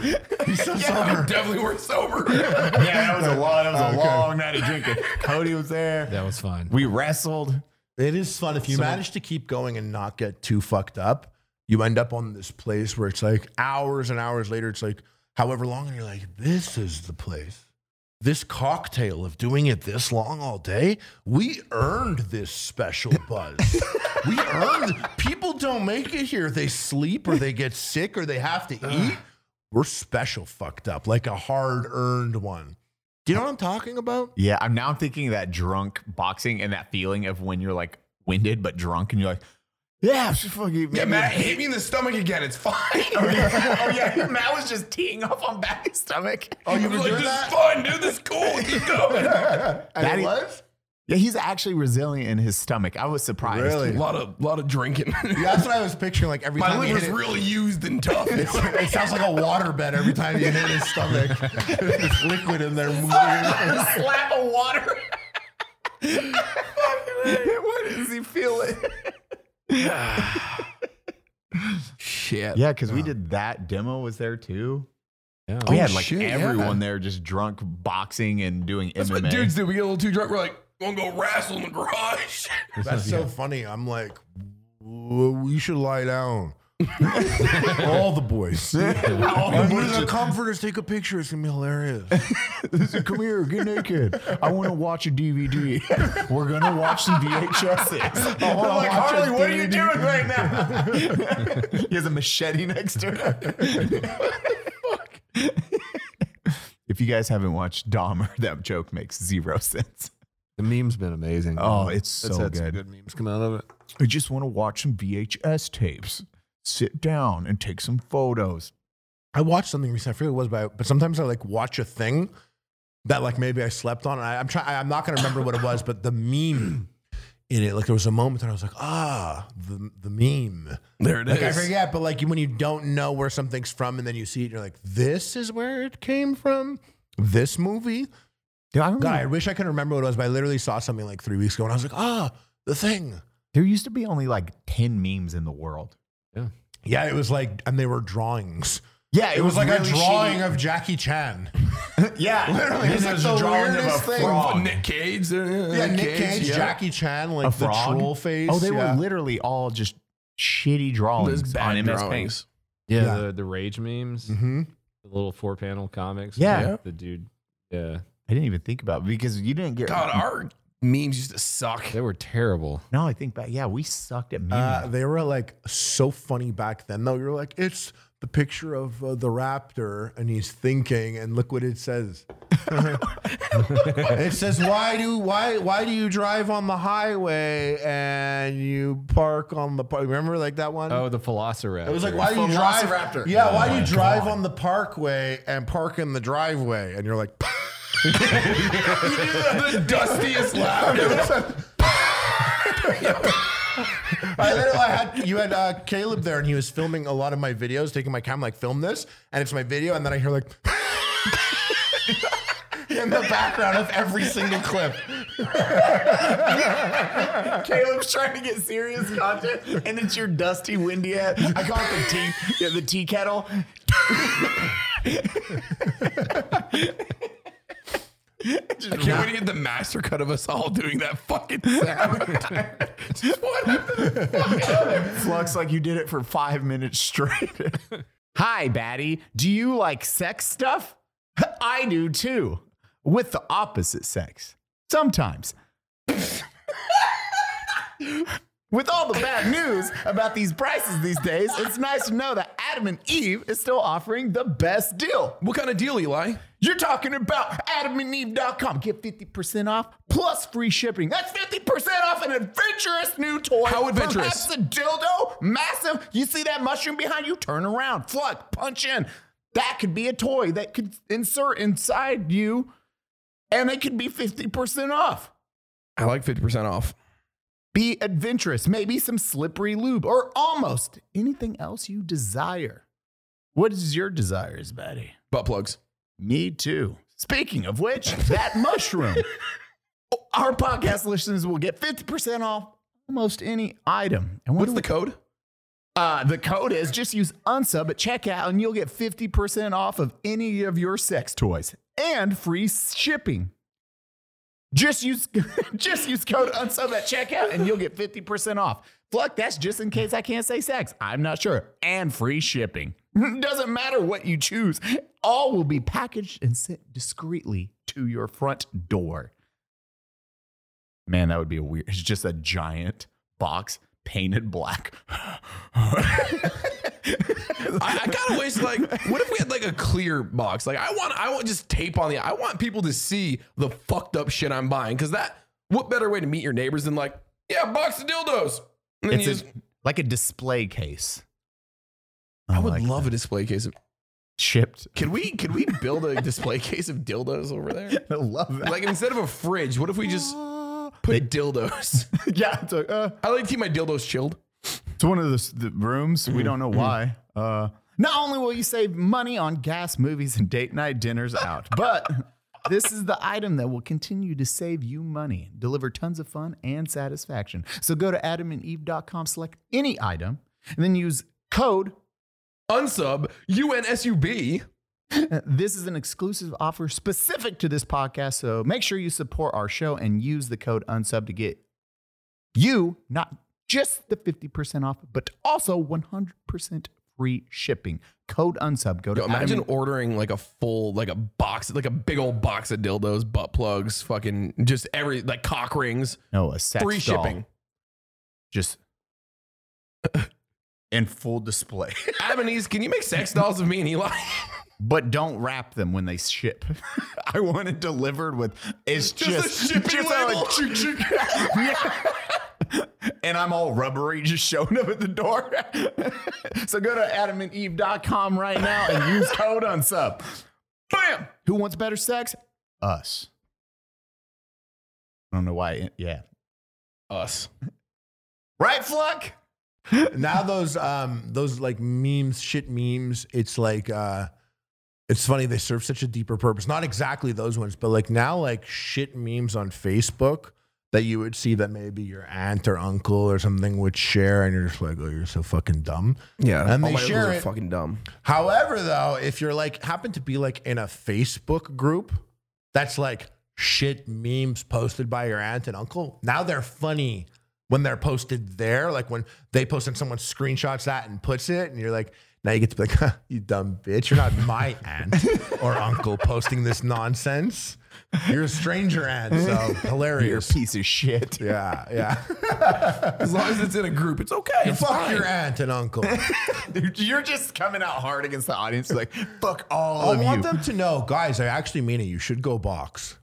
He's so sober.
(laughs) Definitely weren't sober.
Yeah, that was a long, that was a
Okay.
long night of drinking. Cody was there.
That was fun.
We wrestled.
It is fun if you manage to keep going and not get too fucked up. You end up on this place where it's like hours and hours later. It's like however long, and you're like, this is the place. This cocktail of doing it this long all day, we earned this special buzz. we earned. People don't make it here. They sleep or they get sick or they have to eat. We're special fucked up, like a hard earned one. Do you know what I'm talking about?
Yeah, I'm now thinking of that drunk boxing and that feeling of when you're like winded but drunk and you're like, yeah, I'm just fucking.
yeah, Matt, hit me in the stomach again. It's fine.
oh yeah, Matt was just teeing off on Batty's stomach.
Oh, you
I
were
was like,
doing
this is
that?
fun, dude. This is cool. Keep going.
And
That
it
is-
was?
Yeah, he's actually resilient in his stomach. I was surprised.
Really?
A lot of, lot of drinking.
Yeah, that's what I was picturing. Like every
(laughs) My
time you hit
liver's
it,
really used and tough. (laughs)
it sounds like a water bed every time you hit his stomach. There's liquid in there moving. around.
Slap of water. Why does he feel it?
(sighs) Shit.
(laughs) Yeah, because we did that demo was there too.
Yeah.
We
Oh,
had like
shit, yeah.
everyone there just drunk boxing and doing
That's
MMA.
what dudes do. We get a little too drunk. We're like, wanna go wrestle in the garage. (laughs)
That's so funny. I'm like, "W- we should lie down. (laughs) All the boys. I'm gonna comfort us. Take a picture. It's gonna be hilarious.
Come here, get naked. I want to watch a DVD. (laughs) We're gonna watch some
(laughs)
VHSs. I wanna
like,
watch a
Harley, what are you
DVD.
doing right now?
(laughs) he has a machete next to him.
(laughs)
if you guys haven't watched Dahmer, (laughs) that joke makes zero sense.
The meme's been amazing.
Oh, it's so
had some
good.
memes come out of it.
I just want to watch some VHS tapes. Sit down and take some photos.
I watched something recently. I forget what it was, but, I, but sometimes I like watch a thing that like maybe I slept on. And I, I'm trying. I'm not gonna remember what it was, but the meme in it. Like there was a moment that I was like, ah, the the meme.
There it
Like I forget, but like when you don't know where something's from and then you see it, you're like, this is where it came from. This movie.
Dude, I remember
God, I wish I could remember what it was, but I literally saw something like three weeks ago and I was like, ah, the thing.
there used to be only like 10 memes in the world.
Yeah, it was like, and they were drawings.
Yeah,
It, was, like a drawing of Jackie (laughs) Chan.
Yeah, literally,
it was like the weirdest thing.
Nick Cage. there-
Yeah, Nick Cage,
yeah.
Jackie Chan,
A
like the
frog?
troll face.
Oh, they
yeah.
were literally all just shitty drawings
Those
on
bad
MS Paint.
drawings.
Yeah,
Yeah.
The, the rage memes,
Mhm.
the little four panel comics.
Yeah.
with The dude. Yeah.
I didn't even think about it because you didn't get.
God, our memes used to suck.
They were terrible.
no, I think back. Yeah, we sucked at memes.
Uh, they were like so funny back then, though. You're like, it's the picture of uh, the raptor and he's thinking and look what it says. (laughs) it says why do why why do you drive on the highway and you park on the park? Remember like that one?
Oh, the Velociraptor.
It was like, why do you drive?
Velociraptor.
Yeah, why do you drive on the parkway and park in the driveway? And you're like,
(laughs)
(laughs)
the (laughs) dustiest laugh.
(laughs) I literally I had you had uh, Caleb there, and he was filming a lot of my videos, taking my camera, like film this, and it's my video, and then I hear like (laughs)
in the background of every single clip. (laughs) Caleb's trying to get serious content, and it's your dusty, windy ass. I call it the tea, yeah, the tea kettle.
I can't wait to get the master cut of us all doing that fucking
(laughs)
sound. Just what?
Flux like you did it for five minutes straight. Hi, baddie. Do you like sex stuff? I do too, with the opposite sex. Sometimes. with all the bad news about these prices these days, it's nice to know that Adam and Eve is still offering the best deal.
what kind of deal, Eli?
You're talking about adamandeve.com. Get 50% off plus free shipping. That's 50% off an adventurous new toy.
How adventurous?
Perhaps a dildo. Massive. You see that mushroom behind you? Turn around, pluck, punch in. That could be a toy that could insert inside you, and it could be 50% off.
I like 50% off.
Be adventurous. Maybe some slippery lube or almost anything else you desire. What is your desires, Betty?
Butt plugs.
Me too. Speaking of which,
(laughs)
that mushroom. Our podcast listeners will get 50% off almost any item. And
What's the code?
uh, the code is just use unsub at checkout and you'll get 50% off of any of your sex toys and free shipping. Just use (laughs) just use code unsub at checkout and you'll get 50% off. Fuck, that's just in case I can't say sex. I'm not sure. And free shipping. (laughs) Doesn't matter what you choose. All will be packaged and sent discreetly to your front door. Man, that would be a weird. It's just a giant box painted black. (laughs)
I, I kind of wish, like, what if we had like a clear box? Like, I want, I want just tape on the. I want people to see the fucked up shit I'm buying. Cause that, what better way to meet your neighbors than like, yeah, box of dildos. And then you
it's
just-
a, like a display case. Oh,
I would love a display case. Of,
shipped.
can we, can we build a display (laughs) case of dildos over there?
I (laughs) love that.
Like instead of a fridge, what if we (laughs) just put dildos?
(laughs) yeah, it's, like, uh,
I like to keep my dildos chilled.
it's one of the, s- the rooms. We don't know why. Uh, not only will you save money on gas, movies, and date night dinners out, but this is the item that will continue to save you money, deliver tons of fun and satisfaction. So go to adamandeve.com, select any item, and then use code
Unsub, U N S U B.
This is an exclusive offer specific to this podcast, so make sure you support our show and use the code unsub to get you not just the 50% off, but also 100% free shipping. Code unsub. Go to
Yo, imagine
Adam-
ordering like a full, like a box, like a big old box of dildos, butt plugs, fucking just every like cock rings,
no, a sex
free
doll.
shipping. (laughs)
Just in full display. (laughs)
Adam and Eve, can you make sex dolls of me and Eli? (laughs)
but don't wrap them when they ship. (laughs) I want it delivered with it's
Just a
just,
shipping
a-
label.
choo- choo- Yeah. (laughs) and I'm all rubbery, just showing up at the door. so go to adamandeve.com right now and use code unsub. Bam! Who wants better sex? Us. I don't know why. it- Yeah.
Us.
Right, Fluck?
now those um those like memes, shit memes. It's like uh, it's funny they serve such a deeper purpose. Not exactly those ones, but like now like shit memes on Facebook that you would see that maybe your aunt or uncle or something would share, and you're just like, oh, you're so fucking dumb.
Yeah,
And
all
they
my
share
uncles are
it.
Fucking dumb.
However, though, if you're like happen to be like in a Facebook group that's like shit memes posted by your aunt and uncle, now they're funny when they're posted there. Like when they post and someone screenshots that and puts it, and you're like, Now you get to be like, huh, you dumb bitch. You're not my aunt or uncle posting this nonsense. You're a stranger aunt. So hilarious.
piece of shit.
Yeah, yeah.
As long as it's in a group, it's okay.
Fuck your aunt and uncle.
Dude, You're just coming out hard against the audience. Like, fuck all
I
of
want
you.
them to know, guys. I actually mean it. You should go box.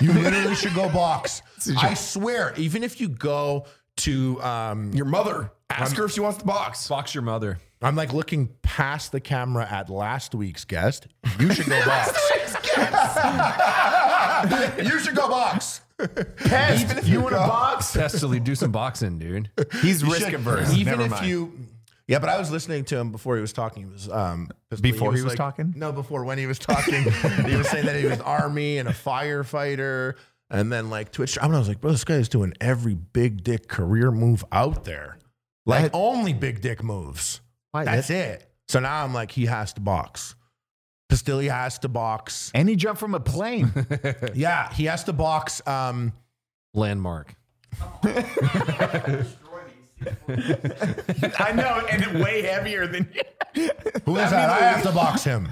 You literally should go box. I swear. Even if you go to, um,
Your mother. Ask her if she wants the box.
Box your mother.
I'm like looking past the camera at last week's guest. You should go box. (laughs) you should go box. Even if you want to box,
Testily do some boxing, dude.
He's risk averse.
even if you. Yeah, but I was listening to him before he was talking. He was um,
Before he was talking?
No, before when he was talking, (laughs) he was saying that he was army and a firefighter, and then like Twitch. I, mean, I was like, bro, this guy is doing every big dick career move out there, like only big dick moves. That's it. So now I'm like, he has to box. Pastilli has to box.
And he jumped from a plane.
Yeah, he has to box. Um,
Landmark.
(laughs) I know, and way heavier than you.
who is that? I have to box him.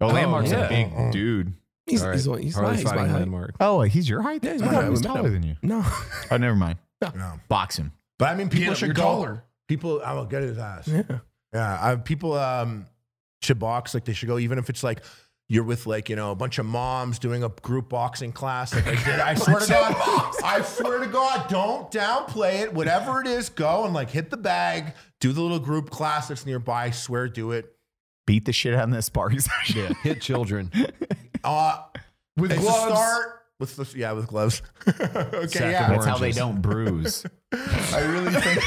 Oh, Landmark's
yeah.
a big dude.
He's,
All right.
he's, he's,
Harley
my- he's my
fighting
height.
landmark.
Oh, he's your height? Yeah, he's,
my height. We met
taller than you.
No.
(laughs) Oh, never mind.
No.
Box him.
But I mean,
Get
people
him,
should
you're
go.
taller.
People, I will get his ass.
Yeah.
Yeah, I, people um, should box like they should go, even if it's like you're with like you know a bunch of moms doing a group boxing class. Like I (laughs) did. I swear to God, I swear to God, don't downplay it. Whatever it is, go and like hit the bag. Do the little group class that's nearby. Swear, do it.
Beat the shit out of this sparring (laughs) session.
Hit children.
Uh,
With
it's
gloves.
a start. With the, yeah, with gloves. (laughs) okay, yeah.
That's how they don't bruise.
I really think.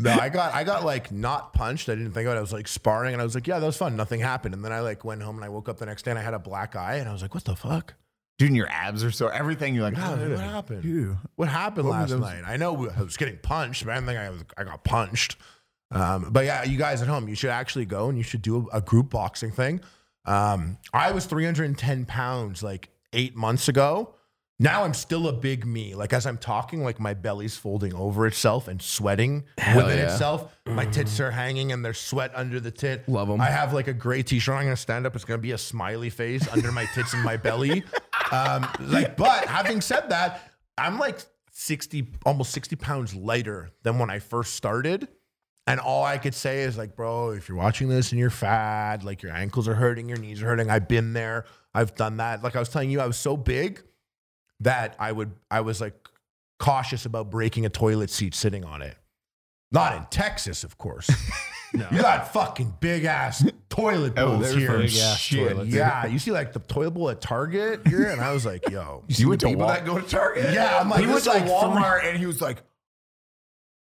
no, I got I got like not punched. I didn't think about it. I was like sparring, and I was like, yeah, that was fun. Nothing happened. And then I like went home and I woke up the next day and I had a black eye, and I was like, what the fuck?
(laughs) Dude, and your abs are so everything. You're like,
Yeah,
oh,
dude,
dude.
what happened?
Ew.
What happened last night? I know we- I was getting punched, but I didn't think I was I got punched. Um, but yeah, you guys at home, you should actually go and you should do a, a group boxing thing. Um, I was 310 pounds like eight months ago. Now I'm still a big me. Like as I'm talking, like my belly's folding over itself and sweating within itself. My tits are hanging and there's sweat under the tit.
Mm. Love 'em.
I have like a gray t-shirt. I'm gonna stand up. It's gonna be a smiley face under my tits and my
(laughs)
belly. Um, like, but having said that, I'm like 60, almost 60 pounds lighter than when I first started. And all I could say is like, bro, if you're watching this and you're fat, like your ankles are hurting, your knees are hurting. I've been there. I've done that. Like I was telling you, I was so big that I would I was like cautious about breaking a toilet seat sitting on it. Not in Texas, of
(laughs)
course. You got fucking big ass toilet bowls
Oh, there's
here.
big ass
Shit,
toilets.
yeah. You see like the toilet bowl at Target here, and I was like,
(laughs)
yo.
You went to
People that
Walmart.
go to Target.
Yeah, I'm like,
he went
this
to
like
Walmart and he was like,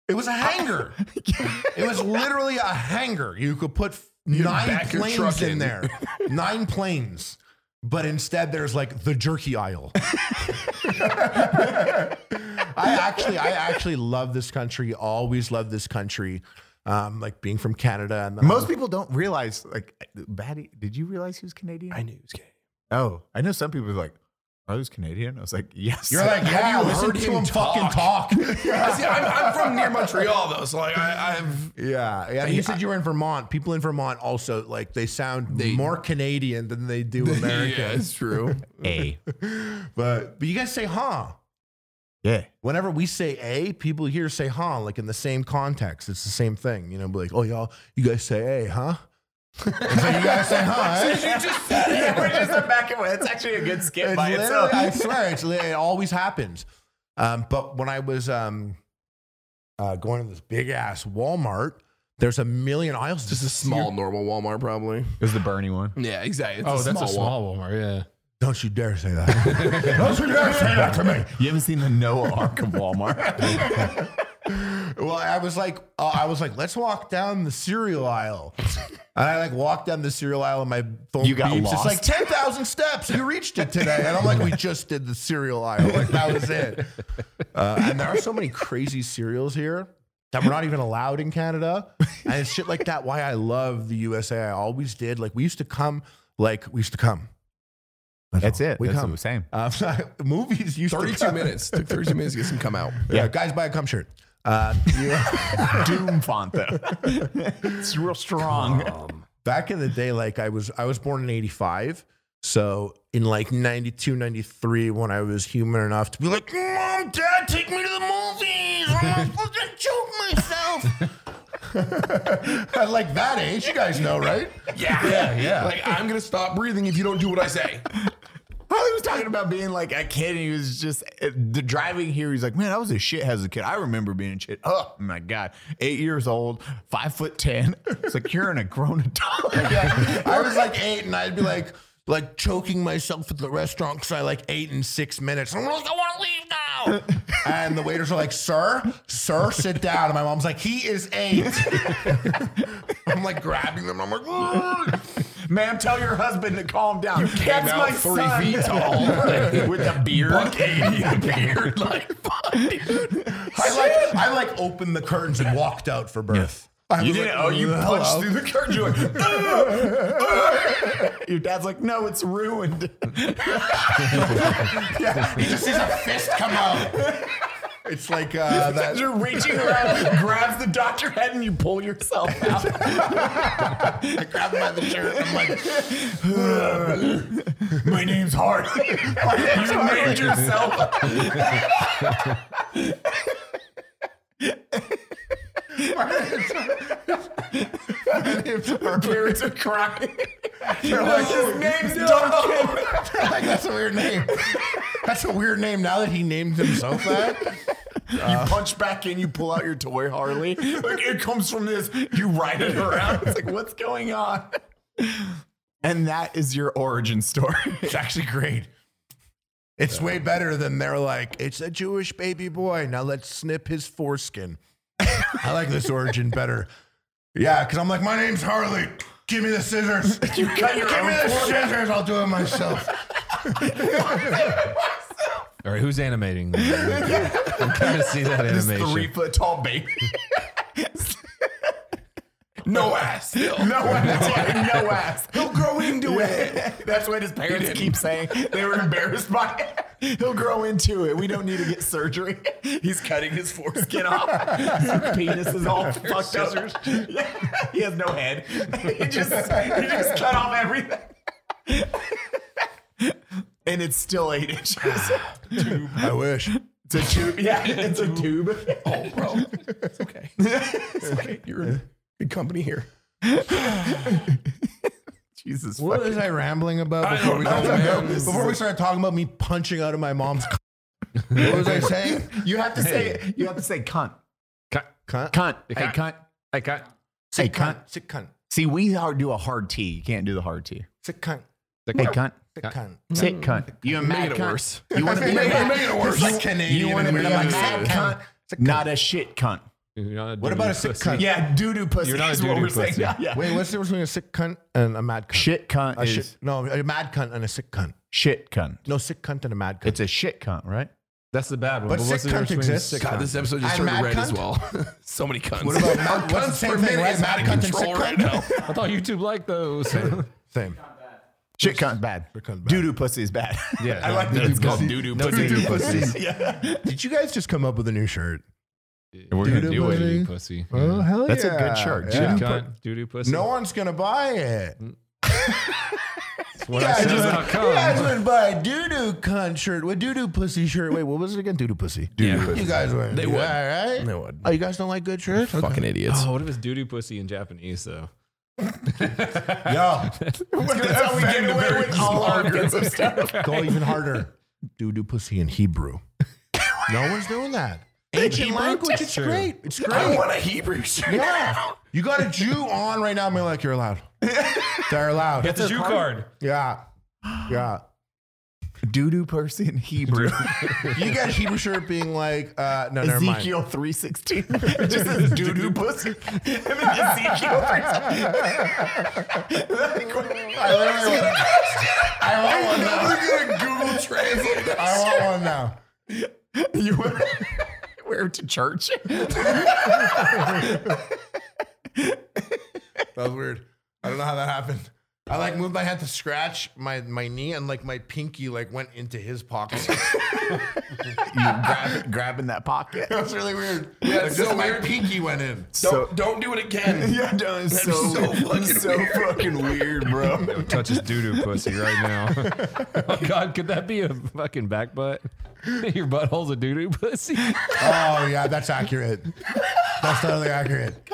It was a hanger. it was literally a hanger. You could put f- nine
back your truck
planes
in.
in there. nine planes. But instead there's like the jerky aisle. I actually I actually love this country. Always love this country. Um, like being from Canada and uh, the
"Oh."
Most people don't realize, like, Batty, did you realize he was Canadian?
I knew he was gay.
oh, I know some people are like, I was Canadian. I was like, yes.
You're
(laughs)
like, yeah,
you
listen
heard
to
him
him fucking
(laughs)
talk.
I see, I'm, I'm from near Montreal though, so like I,
(laughs)
I've
yeah, yeah. You said you were in Vermont. People in Vermont also like they sound more Canadian than (laughs) they do American.
(laughs) Yeah, it's
(laughs)
true.
a.
But but you guys say huh.
(laughs) Yeah.
Whenever we say a, people here say huh, like in the same context. It's the same thing. You know, be like, oh y'all, you guys say a, huh? (laughs) And so you guys say huh.
(laughs)
eh?
(laughs)
We're just a back and forth. It's actually a good skit
It's
by
literally-
itself.
I
(laughs)
swear, it's, li- it always happens. Um, but when I was um, uh, going to this big ass Walmart, there's a million aisles.
Just a small normal Walmart probably.
It was the Bernie one.
Yeah, exactly. It's
oh, that's a
Walmart.
small Walmart. Yeah.
Don't you dare say that. (laughs) Don't you dare say that to me.
You haven't seen the Noah Ark of Walmart.
Well, I was like, uh, I was like, let's walk down the cereal aisle, and I like walked down the cereal aisle, and my phone
You got
beeps. It's
lost.
like ten thousand steps. You reached it today, and I'm like, we just did the cereal aisle. Like that was it. Uh, and there are so many crazy cereals here that we're not even allowed in Canada, and it's shit like that. Why I love the USA. I always did. Like we used to come. Like we used to come.
(laughs) That's it.
We
That's
come.
the same.
Uh, (laughs) movies used to
(laughs) Thirty-two
come.
(laughs)
minutes. Took thirty-two minutes to get some come out.
Yeah, guys buy a cum shirt. Uh,
Doom font though. (laughs) it's real strong.
back in the day like i was i was born in 85 so in like 92 93 when i was human enough to be like mom dad take me to the movies i'm supposed to choke myself at like that age you guys know right
Yeah, yeah, yeah. Like I'm gonna stop breathing if you don't do what I say.
Harley was talking about being like a kid, and he was just uh, the driving here. He's like, man, I was a shit as a kid. I remember being a shit. Oh my god, eight years old, five foot ten. It's like you're in a grown (laughs) adult.
(laughs) i was like eight and i'd be like like choking myself at the restaurant because i like ate in six minutes i'm like i want to leave now and the waiters are like sir sir sit down and my mom's like he is eight i'm like grabbing them i'm like "Ugh."
Ma'am, tell your husband to calm down. That's
out
my
three
son.
feet tall.
(laughs) with a beard.
Beard,
(laughs)
like fuck, dude.
I like I like opened the curtains and walked out for birth. I
You
was
didn't.
like,
oh, you
"Hello."
punched through the
(laughs)
curtain. You're like, "Ah, ah." (laughs) your dad's like, no, it's ruined. (laughs)
He just sees a fist come out. It's like uh,
(laughs)
that.
You're reaching around, grabs the doctor head, and you pull yourself out.
(laughs) I grabbed him by the shirt. and I'm like,
My name's
(laughs)
Hart. you named yourself.
her parents are crying. They're like,
His name's Duncan.
they're (laughs) like, that's a weird name. That's a weird name. Now that he named himself that,
(laughs) You punch back in, you pull out your toy, Harley. Like, it comes from this. You ride it around. It's like, what's going on? And that is your origin story.
it's actually great. It's way better than they're like, it's a Jewish baby boy. Now let's snip his
(laughs)
foreskin. I like this origin better. Yeah, because I'm like, my name's Harley. Give me the scissors.
(laughs) You cut your
Give me
own
the scissors. I'll do it myself.
All right, who's animating? them? I'm trying to see that
this
animation.
three foot tall baby. (laughs) no ass. No ass. (laughs) yeah, no ass. He'll grow into it. That's what his parents keep saying. They were embarrassed by it. He'll grow into it. We don't need to get surgery. He's cutting his foreskin off. His penis is (laughs) all fucked up. he has no head. he just he just cut off everything. and it's still eight inches.
I wish.
It's a tube. Yeah, it's a tube.
Oh, bro, it's okay. It's okay. You're in good company here.
Jesus.
What was I rambling about
I
before
don't
we,
know, man.
before we started talking about me punching out of my mom's? c- what was I saying?
You have to say you have to say cunt.
Cunt.
Cunt. Hey cunt.
I got
Hey cunt.
Sick cunt.
See, we are, do a hard T. You can't do the hard T.
Sick cunt.
Hey cunt.
Sick cunt.
Sit cunt. You a mad
it
cunt.
worse.
You want to be a
Make-
mad
make it worse.
You-
Like Canadian
You want to
and
be a
weird.
mad
Sick
cunt. Not a shit cunt.
What about a sick cunt?
Yeah, doo doo pussy.
You're not a
is what
doo-doo
we're saying.
pussy.
Yeah, yeah.
Wait, what's the difference between a sick cunt and a mad cunt?
Shit cunt
A
is
shit, no, a mad cunt and a sick cunt.
shit cunt.
No, sick cunt and a mad cunt.
It's a shit cunt, right?
That's the bad one.
But sick
what's the
cunt
difference between
exists.
sick
God,
cunt?
this episode just
And
turned
mad
red as
cunt?
well. (laughs) so many cunts.
What
(laughs)
about mad- what's the
cunts
same
per
thing,
minute
right?
is out of
Mad cunt and sick
control right
cunt?
(laughs)
now.
I thought YouTube liked (laughs) those.
Same.
Shit cunt bad.
cunt bad.
Doo doo pussy is bad.
Yeah.
(laughs) I like that it's called doo doo pussy.
doo-doo pussies.
Yeah.
Did you guys just come up with a new shirt?
We're gonna
Doo-doo
do it,
pussy.
you pussy.
Oh, hell
That's a
yeah.
good shirt.
Yeah. Mm.
Shit cunt, doo doo pussy.
No one's going to buy it.
That's what I
Yeah,
said
just,
about
you guys would buy a doo doo cunt shirt, a doo doo pussy shirt. Wait, what was it again? Doo doo pussy.
Yeah.
You guys would.
They would.
All right.
They would.
Oh, you guys don't like good shirts?
Fucking idiots.
Oh, what if it's doo doo pussy in Japanese though?
Yo,
That's how we get away with all our bits of stuff.
go even harder. Doo doo pussy in Hebrew. (laughs) No one's doing that. Ancient language. It's great. It's
(laughs) I
great.
want a Hebrew shirt.
Yeah. You got a Jew on right now, and you're like, you're allowed. They're allowed.
It's a Jew card.
Yeah. Yeah.
Doo doo pussy
(laughs)
in Hebrew.
You got a Hebrew shirt being like, uh, no, never mind.
Ezekiel three sixteen. (laughs) It just says doo doo pussy. (laughs) And then Ezekiel (laughs) 3:16.
I literally want, I want one now.
We're gonna Google Translate that.
I want one now.
you wear, wear (laughs) it to church.
That was weird. I don't know how that happened. I I like moved my hand to scratch my, my knee and like my pinky like went into his pocket.
(laughs)
(laughs)
grab, grabbing that pocket.
That's really weird.
Yeah,
Like,
it's
just
so
my
weird.
pinky went in.
So-
Don't, don't do it again.
(laughs) Yeah, no, it's
That's
so,
so
(laughs)
fucking
so
weird.
fucking weird, bro.
Touch his doo doo pussy right (laughs) now. oh God, could that be a fucking back butt? (laughs) Your butthole's a doo doo (laughs) pussy.
Oh yeah, that's accurate. That's totally accurate.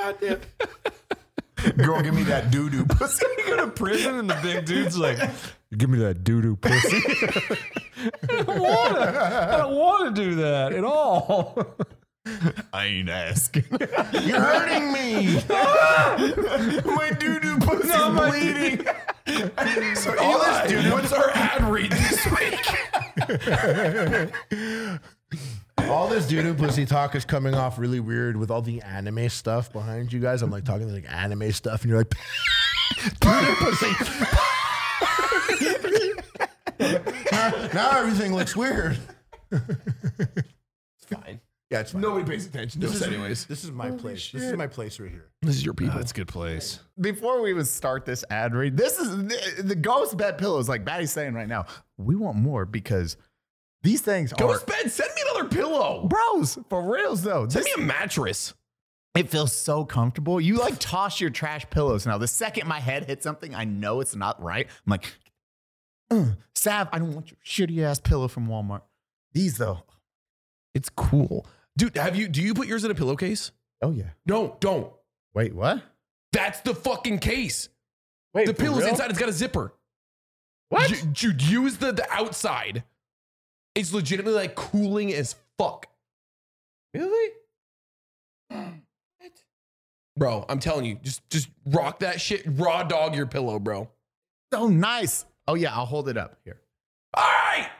Girl, give me that doo doo pussy.
you go to prison and the big dude's like, "Give me that doo doo pussy." (laughs) I don't want to. I don't want to do that at all.
I ain't
(laughs)
asking.
You're hurting me.
my doo doo pussy's bleeding. so Eli,
What's our ad read this week?
All this doo doo pussy talk is coming off really weird with all the anime stuff behind you guys. I'm like talking like anime stuff, and you're like, (laughs) doo doo pussy. now, (laughs) now everything looks weird.
Fine.
Yeah, it's fine.
(laughs) Nobody pays attention to us,
This is-
anyways.
This is my place. This is my place right here.
This is your people.
That's a good place.
before we even start this ad read, this is the, the ghost bed pillows. Like Batty's saying right now, we want more because these things
Ghost
are
bed, send me another pillow.
bros for reals though.
Send
This,
me a mattress.
it feels so comfortable. You like toss your trash pillows now. The second my head hits something, I know it's not right. I'm like, "Ugh, Sav, I don't want your shitty ass pillow from Walmart. These though,
It's cool. Dude, have you do you put yours in a pillowcase?
oh yeah.
No, don't.
Wait, what?
That's the fucking case.
Wait,
the
for
pillow's
real?
inside, it's got a zipper.
What?
Ju- Dude, use the, the outside. It's legitimately like cooling as fuck.
Really?
Bro, I'm telling you, just just rock that shit, raw dog your pillow, bro.
So nice. Oh yeah, I'll hold it up here.
All right.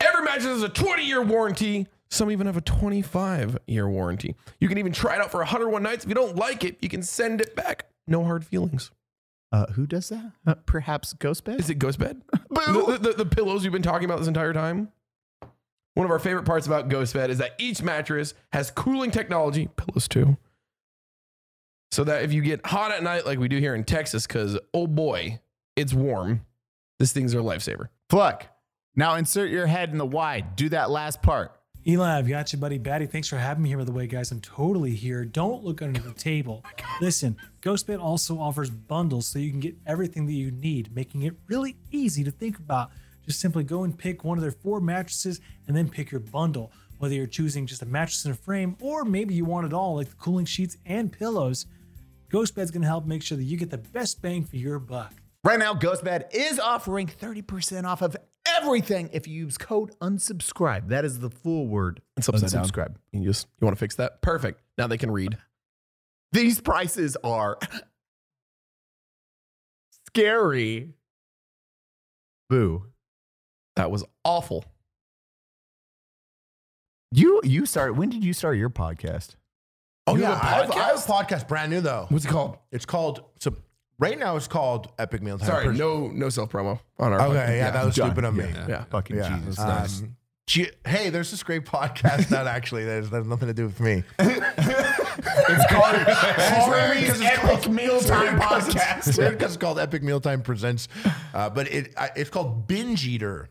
Every mattress has a 20 year warranty. Some even have a 25 year warranty. You can even try it out for 101 nights. If you don't like it, you can send it back. No hard feelings.
Uh, who does that? Uh, perhaps Ghost Bed?
Is it
(laughs)
Ghost Bed? The, the, the pillows we've been talking about this entire time. One of our favorite parts about Ghost Bed is that each mattress has cooling technology, pillows too. So that if you get hot at night, like we do here in Texas, because oh boy, it's warm, this thing's a lifesaver.
Pluck. Now insert your head in the wide. Do that last part.
Eli, I've got you, buddy. Batty, thanks for having me here, by the way, guys. I'm totally here. Don't look under the table. Listen, Ghostbed also offers bundles so you can get everything that you need, making it really easy to think about. Just simply go and pick one of their four mattresses and then pick your bundle. Whether you're choosing just a mattress and a frame, or maybe you want it all, like the cooling sheets and pillows, Ghostbed's gonna help make sure that you get the best bang for your buck.
Right now, GhostBed is offering 30% off of everything if you use code unsubscribe. That is the full word.
It's upside down.
unsubscribe.
You just you want to fix that? Perfect. Now they can read.
These prices are scary. Boo.
That was awful.
You you start when did you start your podcast?
Oh
You
yeah,
have a
I have, I have a
podcast?
podcast brand new though.
What's it called?
It's called. So right now it's called Epic Meal Time.
Sorry,
Pers-
no Oh, no self promo on our.
Okay,
podcast.
yeah, that was
done.
stupid on me.
Yeah.
Yeah.
Fucking
Yeah.
Jesus.
Um,
nice.
gee- hey, there's this great (laughs) podcast. Not actually. That has nothing to do with me.
It's called
because
Horry's
it's
Epic Mealtime
It's
Podcast.
weird 'cause it's called Epic Mealtime Presents, uh, but it I, it's called Binge Eater.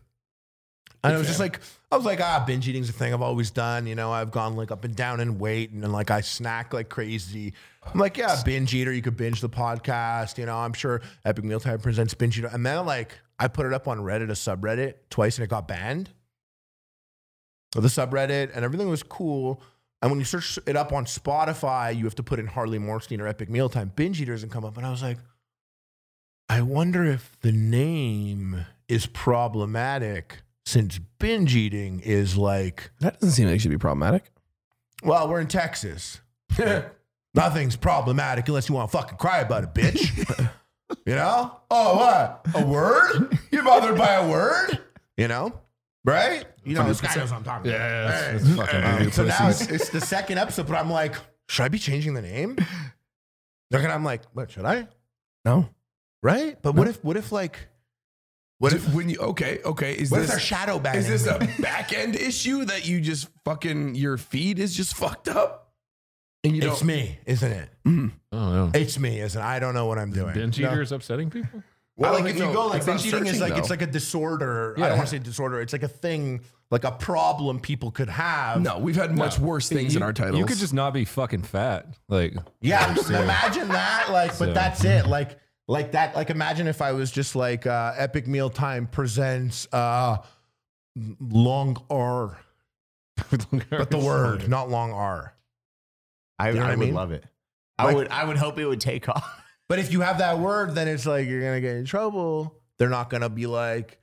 And it was just like I was like, ah, binge eating's a thing I've always done. You know, I've gone like up and down in weight, and then like I snack like crazy. I'm like, yeah, binge eater. You could binge the podcast. You know, I'm sure Epic Mealtime presents binge eater. And then like I put it up on Reddit, a subreddit, twice, and it got banned. So the subreddit and everything was cool. And when you search it up on Spotify, you have to put in Harley Morstein or Epic Mealtime binge eaters and come up. And I was like, I wonder if the name is problematic since binge eating is like,
That doesn't seem like it should be problematic.
well, we're in Texas. (laughs) Nothing's problematic unless you want to fucking cry about it, bitch. you know? Oh, what? A word? You're bothered by a word? You know? Right? You know, this guy knows what I'm talking about.
Yeah,
Hey. Um, so now it's, it's the second episode, but I'm like, should I be changing the (laughs) name? Look, and I'm like, what should I?
No.
Right? But what if, what if like, what if,
when you okay okay is
what if
this
they're shadow banning?
is this
me?
a back end issue that you just fucking your feed is just fucked up and you
It's
don't
me, isn't it?
Oh no,
It's me, isn't it? I don't know what I'm doing.
binge
No.
eaters upsetting people.
Well,
like if you
no,
go like
it's not
binge eating is
searching,
like it's
though.
like a disorder. I
Yeah.
don't want to say disorder. It's like a thing, like a problem people could have.
no, we've had much worse things in our titles.
You could just not be fucking fat. Like,
Yeah, I'm just- imagine that. Like, but that's it. Like, like that. Like, imagine if I was just like uh, Epic Meal Time presents uh, long R, but the word, (laughs) not long R.
I,
know what
I
I
would
mean?
love it. I
Like-
would. I would hope it would take off.
But if you have that word, then it's like you're gonna get in trouble. They're not gonna be like,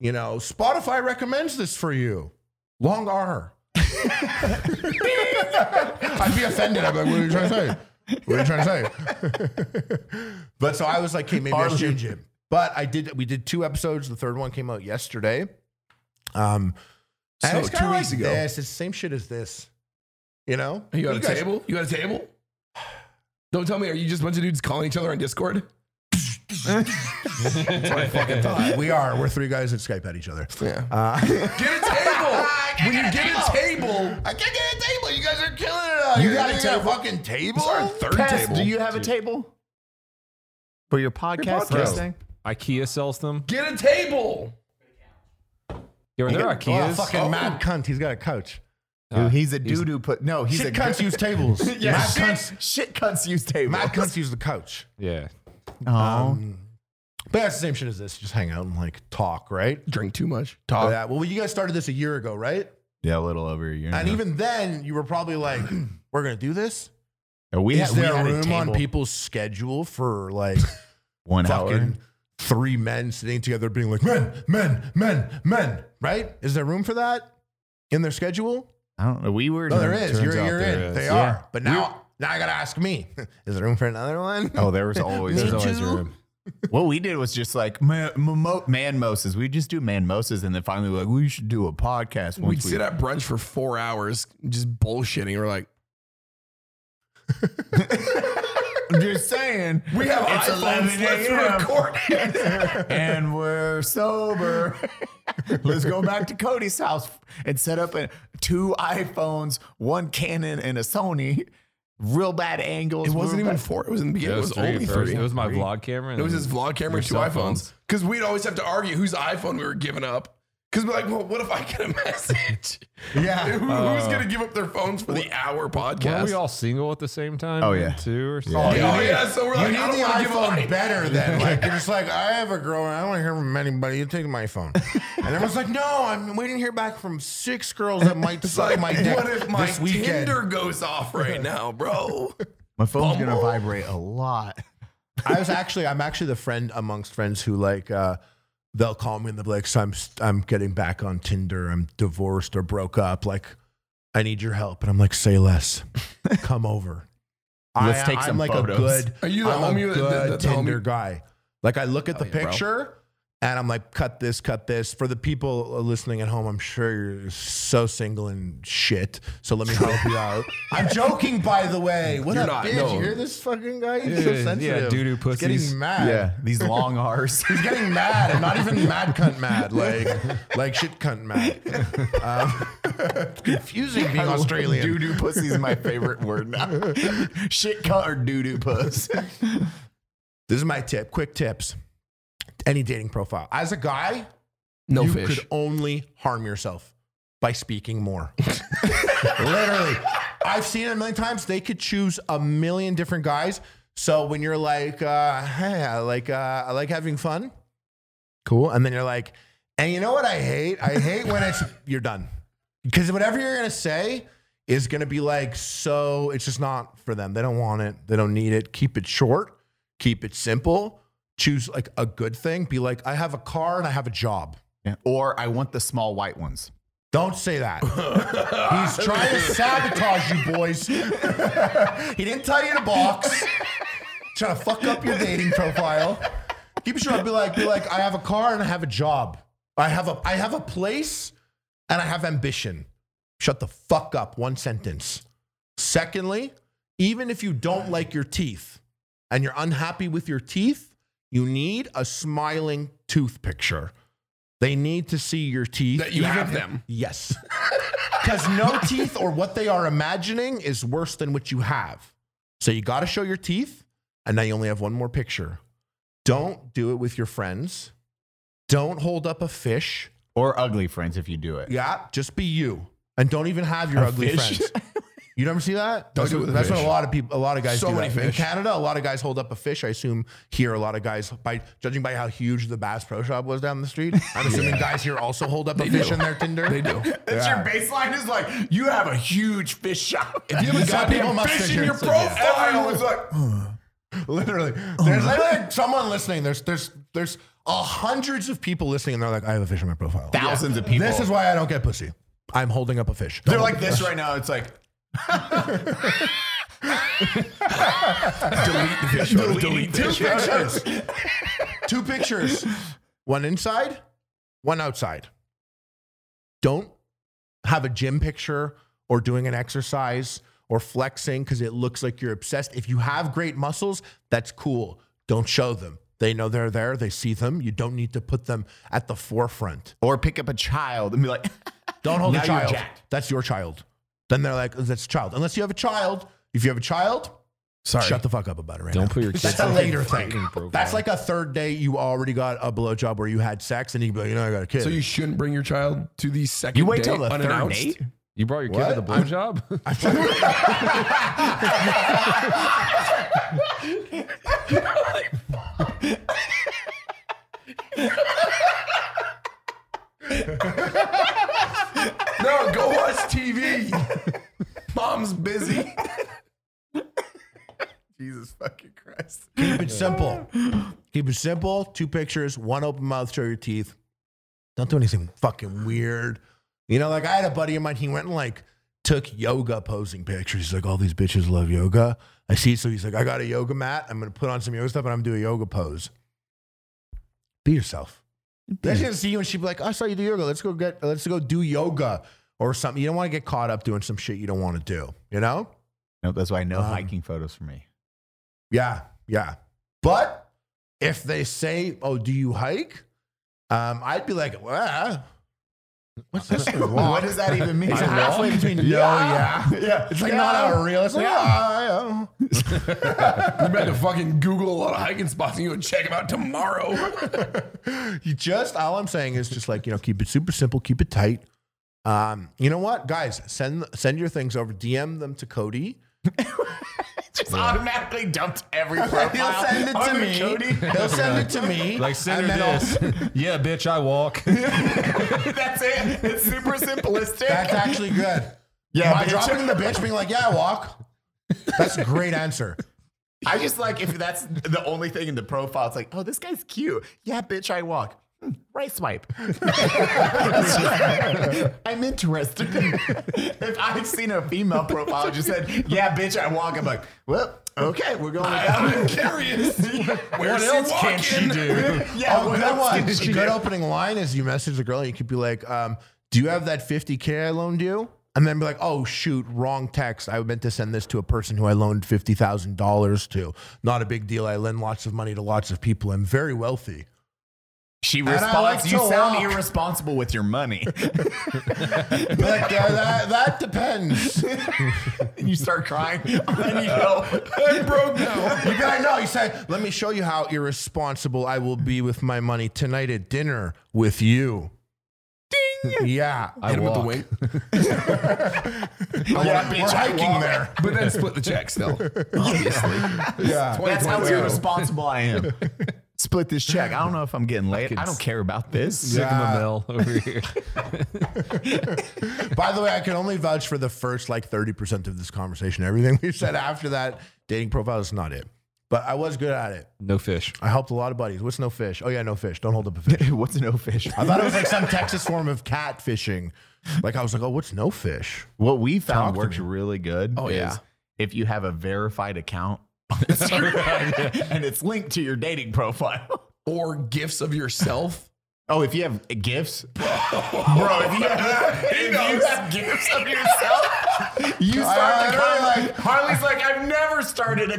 you know, Spotify recommends this for you. Long R. (laughs) I'd be offended. I'd be like, what are you trying to say? What are you trying to say? (laughs) but so I was like, hey, maybe I should change it. But I did we did two episodes. The third one came out yesterday. Um and
So,
it's kinda
two weeks
like
ago.
This. It's the same shit as this. You know?
Are you on a
guys-
table? You on a table? Don't tell me, are you just a bunch of dudes calling each other on Discord?
We are. We're three guys that Skype at each other.
Yeah. get a table! when you get a table,
I can't get a table. You guys are killing it out You got a ta- fucking table?
it's our third
Tess,
table.
do you have a table for your podcast?
podcast.
thing?
IKEA sells them.
get a table!
Yeah, are there
Oh,
IKEAs?
fucking mad cunt. He's got a couch.
Dude, he's a doo doo put. No, Oh, he's
Shit
a
cunts use (laughs) tables.
Yeah,
mad,
shit,
cunts,
shit cunts use table.
mad cunts use the couch.
Yeah.
Oh.
Uh-huh. Um, But that's the same shit as this. Just hang out and like talk, right?
Drink too much.
Oh,
Talk.
yeah. Well, you guys started this a year ago, right?
yeah, a little over a year.
And even then, you were probably (clears throat) like, we're going to do this?
we had,
Is
we
there
had a
room on
table.
people's schedule for (laughs) like
One hour.
fucking three men sitting together being like, men, men, men, men, right? Is there room for that in their schedule?
I don't know. We were.
No, Oh, there is.
turns
You're,
out
you're
there
in.
is.
They
Yeah.
are. But now, now I gotta ask me. (laughs) Is there room for another one?
Oh, there was always.
Me too.
what we did was just like man, man moses. We just do man moses, and then finally we're like we should do a podcast.
We'd
Once we
sit at brunch for four hours just bullshitting. We're like,
I'm just
(laughs)
saying
(laughs) we have
It's
iPhones,
11
let's
a.m..
record it.
and we're
(laughs)
sober. Let's go back to Cody's house and set up a, two iPhones, one Canon, and a Sony. Real bad angles.
It wasn't
real
even
bad-
four. It was in the
Yeah,
beginning. It was,
three
only
at first.
three.
It was my vlog camera. and
It was
then
his vlog camera
your
and two
cell
iPhones. Because we'd always have to argue whose iPhone we were giving up. Because we're like, well, what if I get a (laughs) message?
yeah.
Who- who's going to give up their phones for the hour
Were
podcast?
we all single at the same time?
Oh, yeah.
Two or
oh,
something.
yeah, so we're
You
like,
need
I don't
the
want to give up.
iPhone better than like you're just like I have a girl and I don't want to hear from anybody. You take my phone, and everyone's like, "No, I'm waiting to hear back from six girls that might
It's
suck
like,
my dick
what if my
this weekend."
Tinder goes
(laughs)
off right now, bro?
My phone's gonna vibrate a lot.
I was actually, I'm actually the friend amongst friends who like, uh, they'll call me and they'll be like, so I'm, I'm getting back on Tinder. I'm divorced or broke up. Like, I need your help. And I'm like, say less. Come over.
Let's
I,
take
I'm
some
like
photos.
a good,
Are you the
I'm
homie
a
that-
good
that's the
Tinder
homie?
guy. Like, I look at the
yeah, bro.
picture and I'm like, cut this, cut this. For the people uh, listening at home, I'm sure you're so single and shit. So let me help you out. I'm joking, by the way. (laughs) What
You're
a
not,
bitch.
no.
You hear this fucking guy? He's
Yeah,
so
yeah,
sensitive.
doo-doo
He's
pussies.
Getting mad.
these long R's.
He's getting mad and not
(laughs)
(laughs) even mad cunt mad, like like shit cunt mad. Um, (laughs) it's confusing being Australian.
Doo doo pussy is my favorite word
(laughs)
now. Shit cunt or doo doo puss.
This is my tip. Quick tips. Any dating profile. As a guy,
No
you
fish.
could only harm yourself by speaking
(laughs)
more. Literally. I've seen it a million times. They could choose a million different guys. So when you're like, uh, hey, I like, uh, I like having fun. Cool. And then you're like, and you know what I hate? I hate when it's, (laughs) you're done. Because whatever you're going to say is going to be like, so it's just not for them. They don't want it. They don't need it. Keep it short. Keep it simple. Choose like a good thing. Be like, I have a car and I have a job.
Or I want the small white ones.
Don't say
(laughs)
that. He's trying to sabotage you, boys. he didn't tell you to box. trying to fuck up your dating profile. Keep it short. Be like, be like, I have a car and I have a job. I have a, I have a place, and I have ambition. Shut the fuck up. One sentence. Secondly, even if you don't like your teeth and you're unhappy with your teeth, you need a smiling tooth picture. They need to see your teeth.
That you
even-
have them.
Yes. (laughs) Because no teeth or what they are imagining is worse than what you have. So you got to show your teeth, and now you only have one more picture. Don't do it with your friends. Don't hold up a fish.
Or ugly friends if you do it.
Yeah, just be you, and don't even have your ugly
(laughs)
fish?
friends. You never see that?
Don't
that's
do it with a
that's what
fish.
a lot of people, a lot of guys
So
do.
many
that. In
fish.
Canada, a lot of guys hold up a fish. I assume here, a lot of guys, by judging by how huge the Bass Pro Shop was down the street,
(laughs)
I'm assuming guys here also hold up a fish in their Tinder. They (laughs) do.
That's your baseline is like, you have a huge fish shop. If
you have a goddamn fish in your profile,
it's like,
Literally, there's literally someone listening. There's there's there's uh, hundreds of people listening, and they're like, "I have a fish in my profile."
Thousands of people.
This is why I don't get pussy. I'm holding up a fish.
They're like this right now. It's like,
delete (laughs) the fish.
Delete
Delete
the
two
fish photos.
pictures. (laughs) two pictures. One inside, one outside. Don't have a gym picture or doing an exercise or flexing because it looks like you're obsessed. If you have great muscles, that's cool. Don't show them. They know they're there. They see them. You don't need to put them at the forefront.
or pick up a child and be like, (laughs)
Don't hold
Now
a
you're
child.
jacked.
That's your child. Then they're like, oh, that's a child. Unless you have a child. If you have a child, sorry, shut the fuck up about it right now.
Don't put your
That's
kids
a
on
later
the
thing.
dating profile.
That's like a third day you already got a blowjob where you had sex and you be like, you know, I got a kid.
So you shouldn't bring your child to the second
you wait
date
till the third
unannounced?
date?
you brought your kid
What?
to
(laughs)
the blowjob.
No, go watch TV. (laughs) Mom's busy.
(laughs) Jesus fucking Christ.
keep it simple. Keep it simple. Two pictures, one open mouth, show your teeth. Don't do anything fucking weird. You know, like I had a buddy of mine, he went and like took yoga posing pictures. He's like, all these bitches love yoga. I see. So he's like, I got a yoga mat. I'm going to put on some yoga stuff and I'm going to do a yoga pose. Be yourself. That's going to see you and she'd be like, I saw you do yoga. Let's go get, let's go do yoga or something. You don't want to get caught up doing some shit you don't want to do, you know?
No, that's why no
Um,
hiking photos for me.
Yeah, yeah. But if they say, "Oh, do you hike?" Um, I'd be like, "Well, what's this? (laughs) for a walk?"
(laughs) What does that even mean?
It's halfway between.
(laughs) Yeah.
Yeah, yeah, yeah. It's like not a real. It's like, "Ah, yeah.
You better fucking Google a lot of hiking spots and you go check them out tomorrow.
you just all I'm saying is just like you know, keep it super simple, keep it tight. Um, you know what, guys? Send send your things over. DM them to Cody.
Just automatically dumped every profile.
He'll send it to
on
me.
Cody.
He'll send it to (laughs) me.
(laughs) like send her
and then I'll-
this. (laughs) yeah, bitch, I walk.
(laughs)
(laughs)
That's it. It's super simplistic.
That's actually good.
Yeah,
My
bitch.
dropping the bitch being like, yeah, I walk. That's a great answer.
I just like if that's the only thing in the profile. It's like, oh, this guy's cute. Yeah, bitch, I walk. Hmm, Right swipe. (laughs) I'm interested. if I'd seen a female profile that just said, "Yeah, bitch, I walk," I'm like, "Well, okay, we're going." with that
I'm
one." (laughs)
curious. Where
What
she
else can
walking?
(laughs)
(laughs)
she do? yeah,
Oh,
what
good
else
one.
did she
A
do?
good opening line is you message the girl and you could be like, um, do you have that 50K I loaned you? And then be like, oh, shoot, wrong text. I meant to send this to a person who I loaned $50,000 to. Not a big deal. I lend lots of money to lots of people. I'm very wealthy.
She
I
responds,
like
"You
to
sound
walk."
irresponsible with your money." (laughs)
Be (laughs) like, "Yeah, that, that depends. You
and you start (laughs) crying, and then you go,
I'm broke now.
be like, no, you say, let me show you how irresponsible I will be with my money tonight at dinner with you. Ding. Yeah.
I
Hit him with the
(laughs)
walk.
wink.
"Yeah, bitch, I walk."
But then split the check
(laughs)
still.
Yeah.
That's how
2022.
irresponsible I am. (laughs) Split this check. I don't know if I'm getting laid.
Fucking
I don't care about this.
(laughs) Sigma Mel over
(laughs)
here.
By the way, I can only vouch for the first like 30% of this conversation. Everything we said after that, dating profile is not it. But I was good at it.
No fish.
I helped a lot of buddies. What's no fish? Oh, yeah, no fish. Don't hold up a fish.
(laughs) What's no fish?
I thought it was like some Texas form of cat fishing. Like I was like, oh, what's no fish?
What we
Talk
found
to
works really good.
Oh,
is
yeah.
If you have a verified account on Instagram (laughs) and it's linked to your dating profile. (laughs)
Or gifts of yourself.
Oh, if you have gifts, bro. If you have, (laughs) if you have (laughs) gifts of yourself,
(laughs)
you
Uh,
start
I
the conversation. Harley's like, I've never started a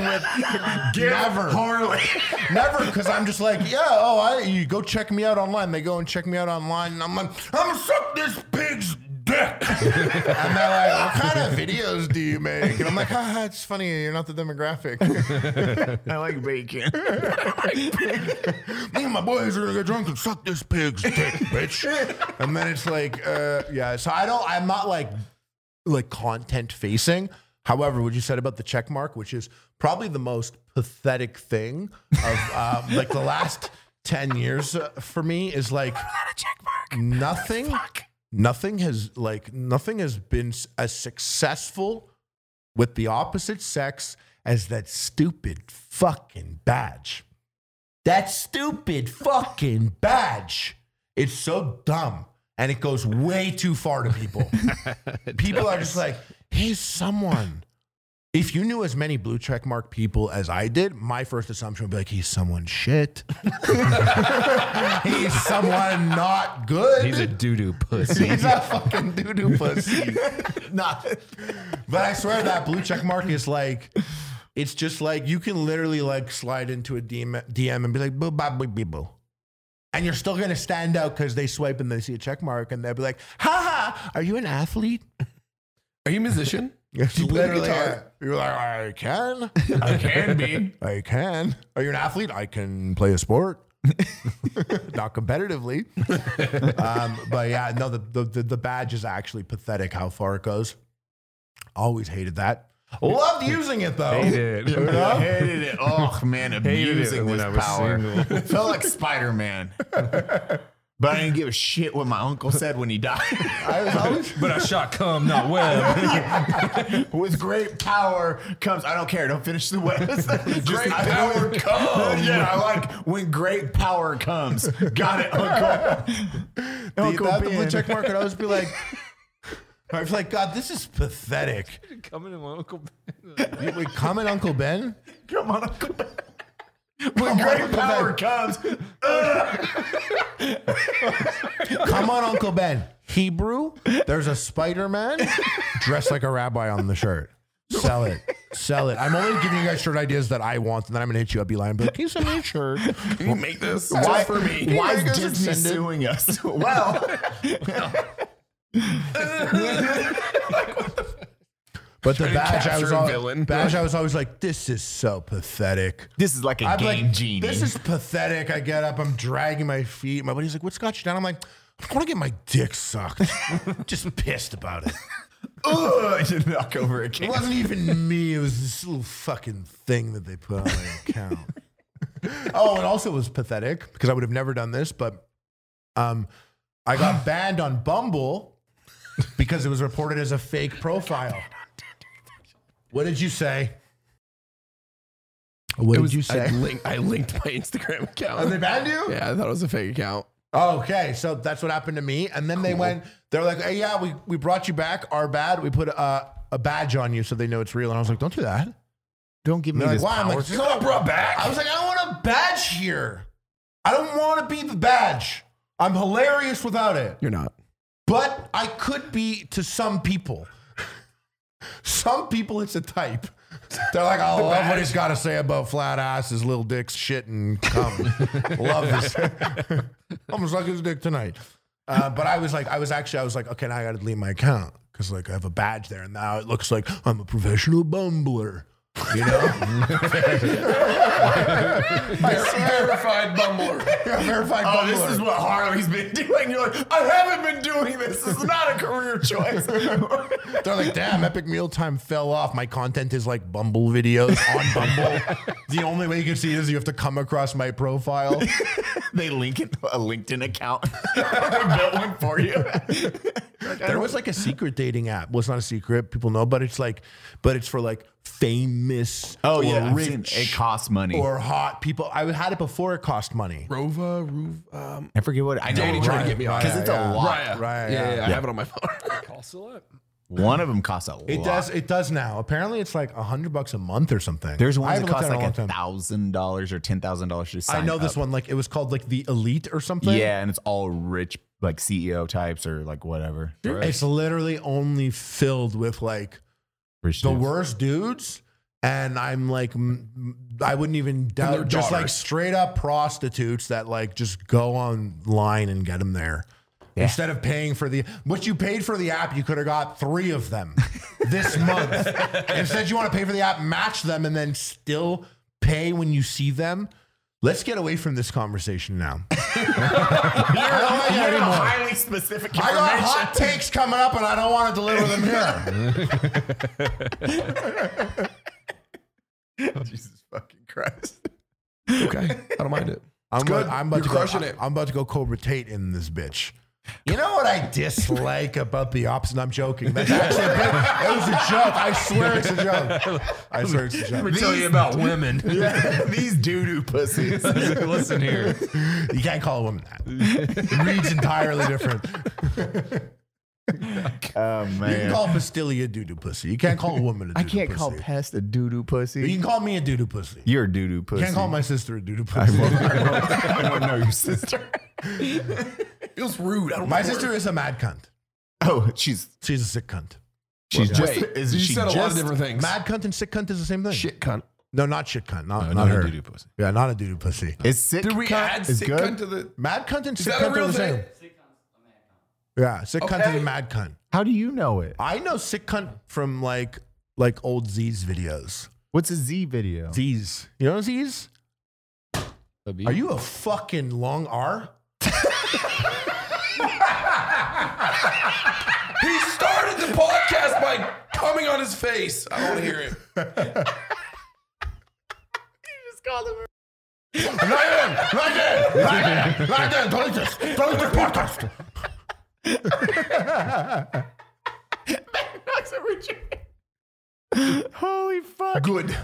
(laughs)
with gift
Never.
Harley.
Never, because I'm just like, yeah, oh, I, you go check me out online. They go and check me out online, and I'm like, I'm gonna suck this pig's dick. (laughs) And they're like, what kind of videos do you make? And I'm like, haha, it's funny. You're not the demographic.
I like bacon.
Me and my boys are going to get drunk and suck this pig's dick, bitch. And then it's like, uh, yeah. So I don't, I'm not like, like content facing. However, what you said about the check mark, which is probably the most pathetic thing of (laughs) um, like the last 10 years uh, for me is like, nothing nothing has like nothing has been s- as successful with the opposite sex as that stupid fucking badge that stupid fucking badge it's so dumb and it goes way too far to
(laughs)
people people are just like here's someone if you knew as many blue check mark people as I did, my first assumption would be like, he's someone shit. (laughs) he's someone not good.
He's a doo doo pussy.
He's a fucking doo doo pussy. (laughs) nah. But I swear that blue check mark is like, it's just like you can literally like slide into a DM, DM and be like, boo, ba, boo, boo, boo. And you're still gonna stand out because they swipe and they see a check mark and they'll be like, ha ha, are you an athlete?
Are you a musician?
It's
play the
literally,
guitar?
you're like, I can,
I can be.
I can. Are you an athlete? I can play a sport. (laughs) Not competitively, um, but yeah, no. The, the- the the badge is actually pathetic. How far it goes. Always hated that. Loved using it though.
Hated it.
You know?
I (laughs) hated it. Oh man, abusing
when
this
I was
power.
single.
It (laughs) felt like Spider Man. But I didn't give a shit what my uncle said when he died.
I was always
but I shot cum, not (laughs) web.
(laughs) With great power comes. I don't care. Don't finish the web. (laughs) great
power
(laughs) comes. Yeah, I like when great power comes. Got it, Uncle.
the,
(laughs) Uncle
that, the blue
Ben.
check mark, and I always be like, (laughs) I was like, God, this is pathetic.
Coming to my uncle.
You would come and Uncle Ben.
Come on, Uncle Ben. When (laughs) great
Uncle
power comes,
Come on, Uncle Ben. Hebrew. There's a Spider Man dressed like a rabbi on the shirt. Sell it. Sell it. I'm only giving you guys shirt ideas that I want, and then I'm gonna hit you up, Eli, and be like, "Can you send me a shirt?"
you make this. Why for me? Why
Make
is
us
Disney
extended.
suing (laughs) us? Well,
But the badge,
capture
I was
a
always,
villain.
badge, I was always like, "This is so pathetic."
this is like a
I'm
game
like,
genie.
"This is pathetic." I get up, I'm dragging my feet. My buddy's like, "What's got you down?" I'm like, "I want to get my dick sucked." (laughs) Just pissed about it.
Ugh, you knock over a
It
can.
wasn't even me. It was this little fucking thing that they put on my
(laughs)
account. oh, and also it was pathetic because I would have never done this, but um, I
(gasps)
got banned on Bumble because it was reported as a fake profile. What did you say? What
It
did
was-
you
I,
say?
link, I linked my Instagram account.
Oh, (laughs) they banned you?
Yeah, I thought it was a fake account.
Okay, so that's what happened to me. And then they went, they're like, hey, yeah, we, we brought you back. Our bad. We put a, a badge on you so they know it's real. And I was like, don't do that.
Don't give me
They're
this
like, why? I'm
power.
like, "It's not brought back. I was like, I don't want a badge here. I don't want to be the badge. I'm hilarious without it.
You're not.
But I could be to some people. some people, it's a type. They're like, I love what he's got to say about flat asses, little dicks, shit, and
(laughs)
cum. love this. I'm gonna suck his dick tonight. Uh, but I was like, I was actually, I was like, okay, now I got to delete my account because like I have a badge there, and now it looks like I'm a professional bumbler. You
(laughs)
know, (laughs)
Verified bumbler.
You're a verified
Oh, this
bumbler.
is what Harley's been (laughs) doing. You're like, I haven't been doing this. This is not a career (laughs) choice.
They're like, damn, Epic Mealtime fell off. My content is like Bumble videos
(laughs)
on Bumble. the only way you can see it is you have to come across my
(laughs)
profile.
they link it, a LinkedIn account. (laughs) I built one for you.
there was like a secret dating app. Well, it's not a secret. People know, but it's like, but it's for like famous
Oh
or
yeah, I've seen
rich
it costs money.
or hot people. I had it before it cost money.
Rova, Ruv, um,
I forget what I know.
Danny tried to get me on
because
it.
it's a
Yeah,
lot.
Raya.
Raya,
Yeah, yeah,
yeah.
I have it on my phone.
One of them costs a
It
lot.
does. It does now. Apparently, it's like a hundred bucks a month or something.
There's
I
one that
haven't looked
costs
at it in
like a
long time.
thousand dollars or ten thousand dollars to sign.
I know this
up.
one. Like it was called like the elite or something.
Yeah, and it's all rich, like CEO types or like whatever.
It's literally only filled with like
Rich
the
dudes.
worst dudes and i'm like m- m- i wouldn't even
their
doubt just like
daughters.
straight up prostitutes that like just go online and get them there Instead of paying for the what you paid for the app, you could have got three of them this month. Instead, you want to pay for the app, match them, and then still pay when you see them. Let's get away from this conversation now. I don't like it anymore.
highly
(laughs)
specific
I got hot takes coming up, and I don't want to deliver them here.
Jesus fucking Christ.
Okay, I don't mind it.
I'm
good.
About, I'm about
You're
to
crushing
go,
it.
I'm about to go Cobra Tate in this bitch. You know what I dislike about the ops? And I'm joking. That's actually a bit, that was a joke. I swear it's a joke. (laughs) I swear it's a joke.
tell you about women.
(laughs)
These doo doo
(laughs)
pussies.
Listen here.
You can't call a woman that. It reads entirely different.
Oh,
You can
man.
call Bastille a doo-doo pussy. You can't call a woman a doo-doo
I can't
pussy.
call past a doo doo
You
pussy.
can call me a doo-doo pussy. You
You're a doo doo pussy.
can't
(laughs)
call my sister a doo-doo pussy.
I don't know your
(laughs)
sister.
Feels rude. I don't
My sister is a mad cunt.
Oh, she's
She's a sick cunt.
she's just
Wait,
is
you
she
said a lot of
just-
different things.
Mad cunt and sick cunt is the same thing.
shit, cunt.
No, not shit cunt. Not, not, her.
doo-doo pussy.
Yeah, not a doo-doo pussy.
Is sick
Did we
cunt
add
is
sick
good?
cunt to the?
Mad cunt and sick
that a
cunt are
real
the
thing?
same. Yeah, sick cunt and mad cunt.
How do you know it?
I know sick cunt from like like old Z's videos.
What's a Z video?
Z's, you know Z's? Are you a fucking long R?
He started the podcast by coming on his face. I don't want to hear
(laughs)
it.
Holy fuck!
Good.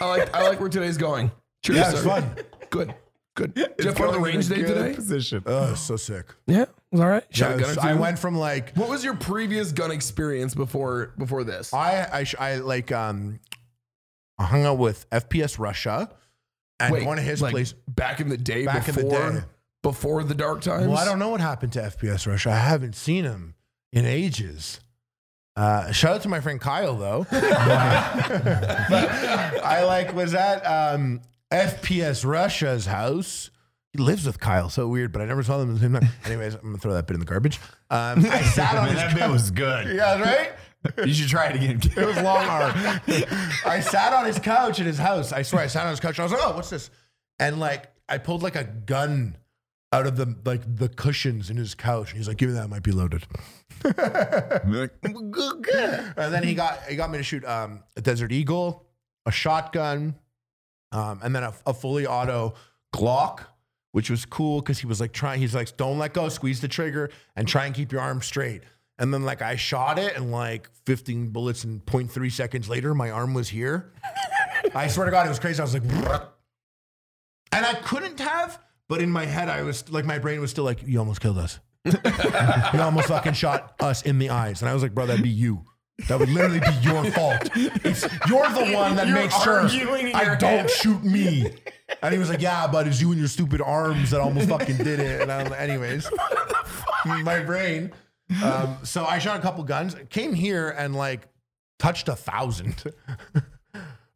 I like I like where today's going. Cheers.
Yeah, it's
sir.
fun.
Good. Good. Did you have fun on the range day today?
Position.
Oh, so sick.
Yeah. It was all right. Shot a
Yeah,
gun or
so
two?
I went from like
What was your previous gun experience before before this?
I I, sh- I like um I hung out with FPS Russia and one of his
like,
place.
back in the day
Back in the
before
day.
before the dark times.
Well, I don't know what happened to FPS Russia. I haven't seen him in ages. Uh, shout out to my friend Kyle (laughs) though. I like was at um, FPS Russia's house. He lives with Kyle, so weird, but I never saw them at the same time. Anyways, I'm gonna throw that bit in the garbage. Um, (laughs) I sat on his
That bit was good.
yeah, right.
You should try it
(laughs)
again.
It was long arm. I sat on his couch at his house. I swear, I sat on his couch. And I was like, "Oh, what's this?" And like, I pulled like a gun out of the like the cushions in his couch. And he's like, "Give me that. It might be loaded." And then he got he got me to shoot um, a Desert Eagle, a shotgun, um, and then a, a fully auto Glock, which was cool because he was like trying. He's like, "Don't let go. Squeeze the trigger and try and keep your arm straight." And then like I shot it, and like 15 bullets in 0.3 seconds later, my arm was here. I swear to God, it was crazy. I was like, "Bruh." and I couldn't have. But in my head, I was like, my brain was still like, "You almost killed us. you almost fucking shot us in the eyes." And I was like, "Bro, that'd be you." That would literally be your fault. It's, you're the one that makes sure I don't shoot me. And he was like, "Yeah, but it's you and your stupid arms that almost fucking did it." And I'm, anyways, my brain. Um, so I shot a couple guns, came here and like touched a thousand. (laughs)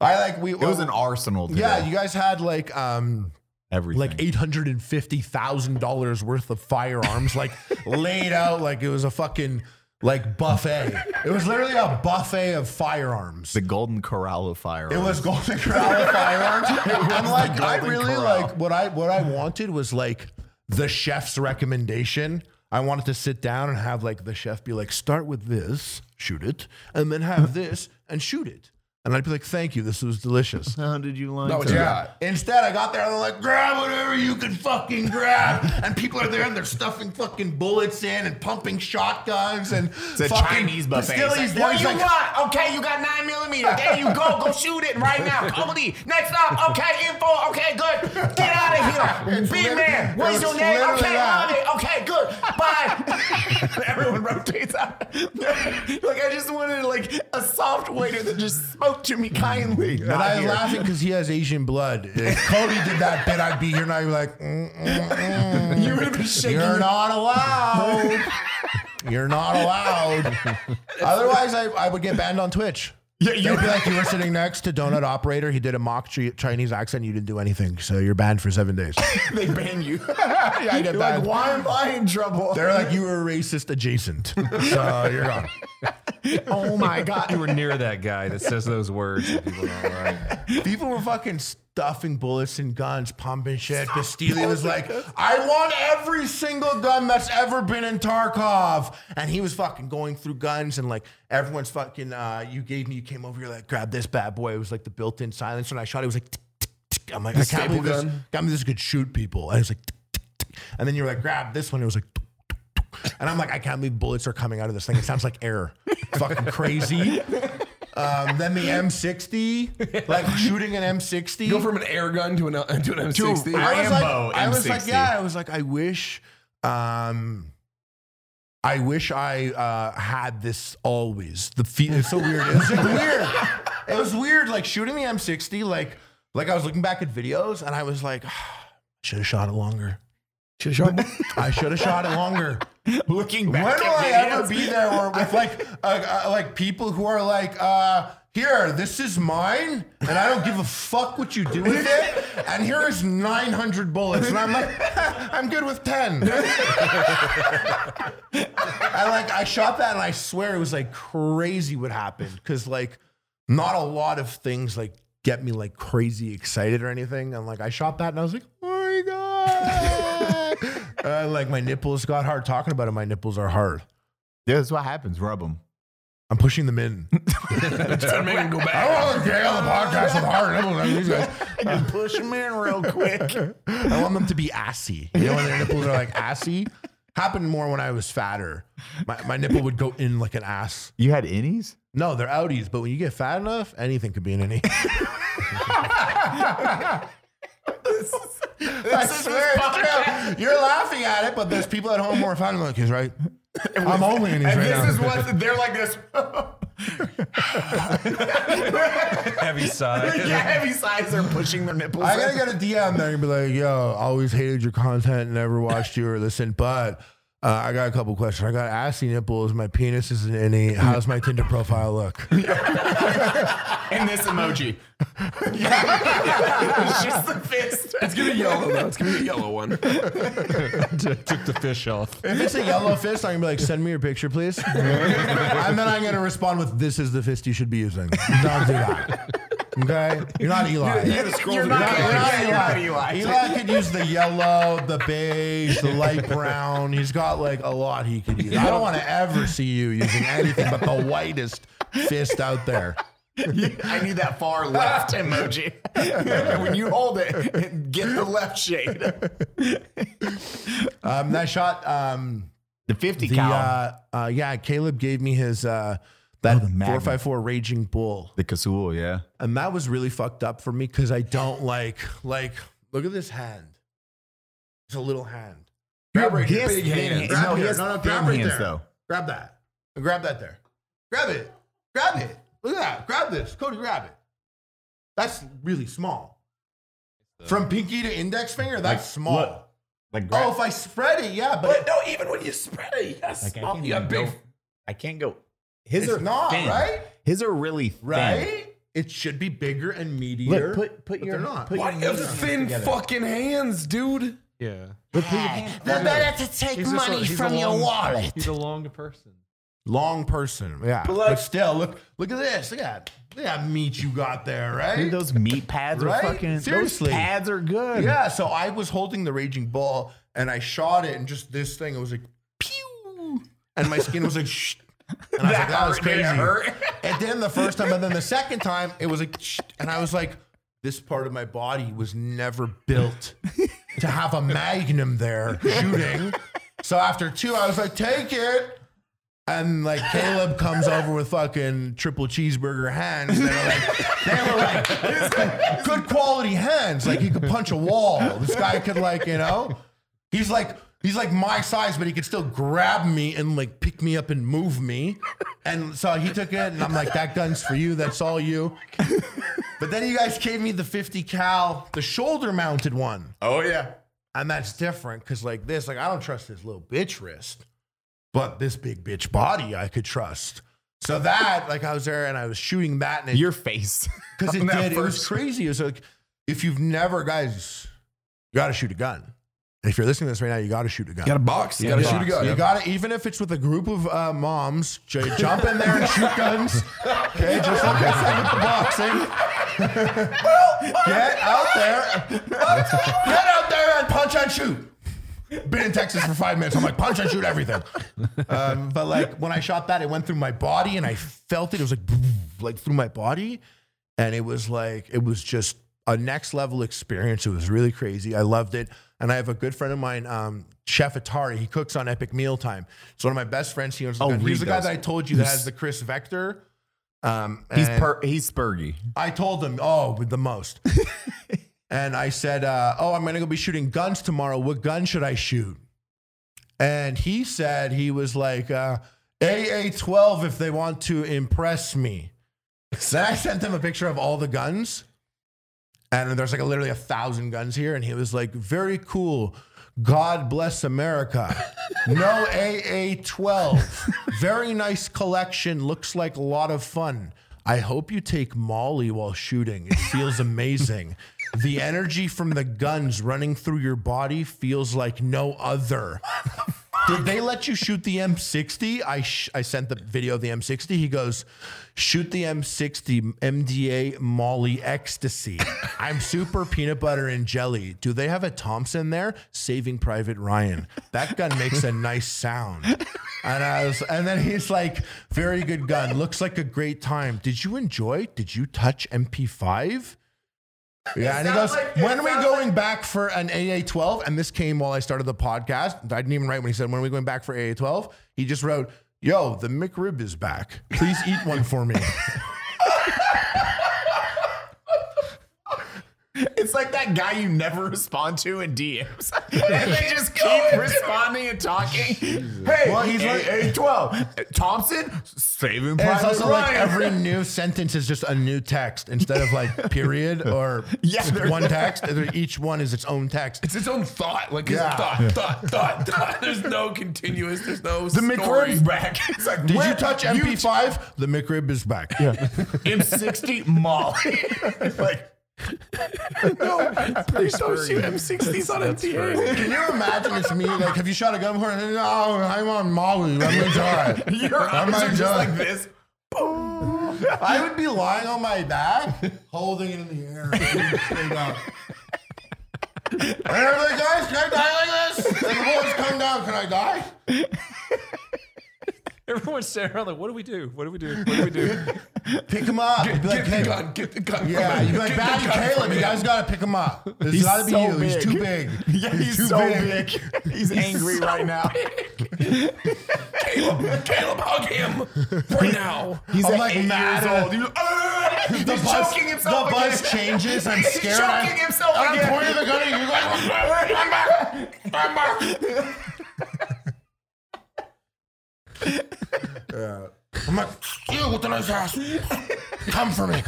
I like we
It was an arsenal. Today.
yeah. You guys had like um
everything.
like eight hundred and fifty thousand dollars worth of firearms, like (laughs) laid out like it was a fucking like buffet. It was literally a buffet of firearms.
the Golden Corral of Fire.
It was Golden Corral of firearms.
(laughs)
I'm like,
the
I
Golden
really
Corral.
like what I what I wanted was like the chef's recommendation. I wanted to sit down and have like the chef be like, start with this, shoot it, and
(laughs)
then have this and shoot it. And I'd be like, thank you, this was
(laughs)
delicious.
How did you like
Not what you got.
Instead, I got there and I'm like, grab whatever you can fucking
(laughs)
grab. And people are there and they're stuffing fucking bullets in and pumping shotguns and
It's a
fucking
Chinese buffet. It's
Pastilles
like,
there.
what
He's
you
like,
want? Okay, you got nine millimeter. There you go. Go shoot it right now. Comedy. Next up. Okay, info. Okay, good. Get out of here.
It's
Big
lit-
man.
it
What
was
is your name?
literally
Okay,
that.
love it. Okay, good. Bye. (laughs) Everyone rotates out. (laughs) like I just wanted like a soft waiter that just spoke to me kindly.
And I'm laughing because he has Asian blood.
(laughs)
If Cody did that bit, I'd be here and I'd be like, mm, mm, mm.
You would have been shaking.
You're not
(laughs)
allowed. You're not allowed. Otherwise, I, I would get banned on Twitch. Yeah, you'd be like you were sitting next to donut operator. He did a mock chi- Chinese accent. You didn't do anything, so you're banned for seven days.
(laughs) they
(laughs)
ban you. I
get
You're like,
that.
why am I in trouble?
They're like you were racist
(laughs)
adjacent, so you're gone.
oh my god.
You were near that guy that says those words. that people don't
(laughs)
like.
People were fucking stuffing bullets and guns, pumping shit. Bastille was like, I want every single gun that's ever been in Tarkov. And he was fucking going through guns and like everyone's fucking, uh, you gave me, you came over, you're like, grab this bad boy. It was like the built in silencer. And I shot it, it was like, tick, tick, tick. I'm like, I can't believe this. Can't believe this could shoot people. And it was like, tick, tick, tick. and then you were like, grab this one. It was like, tick, tick, tick. and I'm like, I can't believe bullets are coming out of this thing. It sounds like air. fucking crazy. Um, then the M60, like shooting an M60.
Go from an air gun to an uh, to an M60.
I was like,
Rambo
I was like,
M60.
yeah, I was like, I wish, um, I wish I uh, had this always. The feet, it's so weird. It was like, weird. It was weird, like shooting the M60. Like, like I was looking back at videos, and I was like, (sighs) should have shot it longer. Should have shot. (laughs) I should have shot it longer.
Looking
When
back
will I
at
ever be there where with like uh, uh, like people who are like, uh, here, this is mine, and I don't give a fuck what you do with it, and here is 900 bullets, and I'm like, (laughs) I'm good with (laughs) 10. I like, I shot that, and I swear it was like crazy what happened, because like, not a lot of things like get me like crazy excited or anything. And like I shot that and I was like, oh my god. (laughs) Uh, like my nipples got hard talking about it. My nipples are hard.
Yeah, that's what happens. Rub them.
I'm pushing them in.
Try to make him
(laughs)
go
I
back.
don't want to get on the podcast with hard nipples. like these (laughs) guys.
Just push them in
(laughs)
real quick.
I want them to be assy. You know when their nipples are like assy? Happened more when I was fatter. My, my nipple would go in like an ass.
You had innies?
No, they're outies, but when you get fat enough, anything could be an E. any. I swear, it's true. You're laughing at it, but there's people at home who are finding like, he's right. I'm only in these right now.
what they're like this.
Heavy
(laughs)
side.
yeah, heavy sides are pushing their nipples.
I
in.
gotta get a DM there and be like, yo, always hated your content, never watched you or listened, but uh, I got a couple questions. I got assy nipples, my penis isn't any. E? How's my Tinder profile look?
in this
(laughs)
emoji. it's just the fist.
It's gonna be yellow though. It's gonna be a yellow
(laughs)
one.
Took the fish off.
If it's a yellow fist, I'm gonna be like, send me your picture, please. (laughs) and then I'm gonna respond with, this is the fist you should be using. Don't do that. Okay? You're not Eli. You're,
You're not,
not,
you're not,
you're not
Eli.
Eli. Eli could use the yellow, the beige, the
(laughs)
light brown. He's got like a lot he could use. I don't want to ever see you using anything but the whitest fist out there.
I need that far
(laughs)
left emoji. when you hold it, get the left (laughs) shade.
Um, that shot, um,
The 50
the uh, uh, yeah, Caleb gave me his uh, that
Oh, the
four
Magnum.
five four raging bull.
the Kasul, yeah.
and that was really fucked up for me because I don't like like look at this hand. It's a little hand. Grab right here,
His
big
thin
hand.
hand-
Grab
no, he
here.
has
No, no,
thin
grab right
hands,
there.
though.
Grab that. Grab that there. Grab it. Grab it. Look at that. Grab this, Cody. Grab it. That's really small. From pinky to index finger, that's small.
Like, grab,
oh, if I spread it, yeah, but,
But no, even when you spread it, yes,
Like, I
oh,
can't
you got
even
big.
go- I can't go. His
it's
are
not
thin.
right.
His are really thin.
Right. It should be bigger and meatier.
Look, put put
but
your
they're not.
Put
Why
your
do you have
knees
thin
together.
fucking hands, dude?
Yeah.
The better to take money from your wallet.
He's a long person.
long person. Yeah. But,
like-
still, look look at this. Look at look at that meat you got there,
Dude,
right?
those meat pads
Right?
are fucking.
Seriously.
Those pads are good.
Yeah. So I was holding the raging ball and I shot it and just this thing. It was like pew, and my skin was like (laughs) shh. And I was like, that was crazy. And then the first time, and then the second time, it was like, shh, and I was like, this part of my body was never built to have a magnum there shooting. So after two, I was like, take it. And like Caleb comes over with fucking triple cheeseburger hands. They were like, they were like good quality hands. Like he could punch a wall. This guy could like, you know, he's like he's like my size, but he could still grab me and like pick me up and move me. And so he took it, and I'm like, that gun's for you. That's all you. But then you guys gave me the 50 cal, the shoulder mounted one.
Oh, yeah.
And that's different because, like, this, like, I don't trust this little bitch wrist, but this big bitch body I could trust. So that, like, I was there and I was shooting that, and it
Your face.
because it
(laughs) on that
did. It was
first-
crazy. It was like if you've never, guys, you got to shoot a gun. If you're listening to this right now, you got to shoot a gun.
got a box. You got to shoot a gun.
You got to, even if it's with a group of uh, moms, j- jump in there and shoot guns. (laughs) Okay, just like I said with the boxing. Get out there. Get out there and punch and shoot. Been in Texas for five minutes. I'm like, punch and shoot everything. Um, but like when I shot that, it went through my body and I felt it. It was like, like through my body. And it was like, it was just a next level experience. It was really crazy. I loved it. And I have a good friend of mine, um, Chef Atari. He cooks on Epic Meal Time. It's one of my best friends. He owns the
Oh,
gun. He's
read
the guy
those.
that I told you that has the Chris Vector. Um,
He's
and-
per, he's spurgy.
I told him, oh, with the most. and I said, uh, oh, I'm going to go be shooting guns tomorrow. What gun should I shoot? And he said, he was like, uh, AA 12 if they want to impress me. (laughs) then I sent him a picture of all the guns. And there's like a, literally a thousand guns here. And he was like, very cool. God bless America. No AA 12. Very nice collection. Looks like a lot of fun. I hope you take Molly while shooting. It feels amazing. The energy from the guns running through your body feels like no other. Did they let you shoot the M60? I sh- I sent the video of the M60. He goes, shoot the M60 MDA Molly Ecstasy. I'm super peanut butter and jelly. Do they have a Thompson there? Saving Private Ryan. That gun makes a nice sound. And I was, and then he's like, very good gun. Looks like a great time. Did you enjoy? Did you touch MP5? Yeah, and he goes, when are we going back for an AA 12? And this came while I started the podcast. I didn't even write when he said, when are we going back for AA 12? He just wrote, yo, the McRib is back. Please eat one for
(laughs)
me.
(laughs) It's like that guy you never respond to in DMs. (laughs) and they just (laughs) keep responding and talking. Hey,
Well, he's like-
A- 12. Thompson, saving
And it's
Private
also like
Ryan.
every new sentence is just a new text instead of
(laughs)
like period or
Yeah,
just
they're-
one text. They're- Each one is its own text.
It's its own thought. Like it's
Yeah.
thought, thought, thought, thought. There's no continuous. There's no
the
story.
McRib's
(laughs)
back. It's like,
Did
where-
you touch MP5? The McRib is back. Yeah.
(laughs)
M60 Molly? like,
Please don't shoot M60s on
(laughs)
MTA.
Can you imagine it's me? Like, have you shot a gun before? No, I'm on Molly. Let me try.
(laughs) your
I'm
arms are
not
just
done.
like this.
I would be lying on my back, (laughs) holding it in the air, straight up. And I'm like, guys, can I die like this? And the boys come down, can I die?
Everyone's standing around like, what do we do? What do we do? What do we do?
Pick him up. You'd be like,
Get the
"Hey."
gun. Get the gun.
Yeah,
from
you'd
him.
be like,
Get the
Batty
gun from
Caleb, you
him."
guys gotta pick him up. This
He's
gotta be
so
you. He's
big.
too big.
(laughs) Yeah, he's, so big. He's, angry right now.
Caleb, Caleb, hug him right now.
He's
I'm
at
like
eight
mad
years
at-
old. He's,
(laughs)
"Ah!" He's
The bus,
choking
the
himself. again.
bus changes. I'm
He's
scared.
choking
I'm,
himself
I'm
again.
pointing the gun at you. You're like, "I'm back."
I'm back. I'm back.
I'm like, you with the nice ass. Come for me.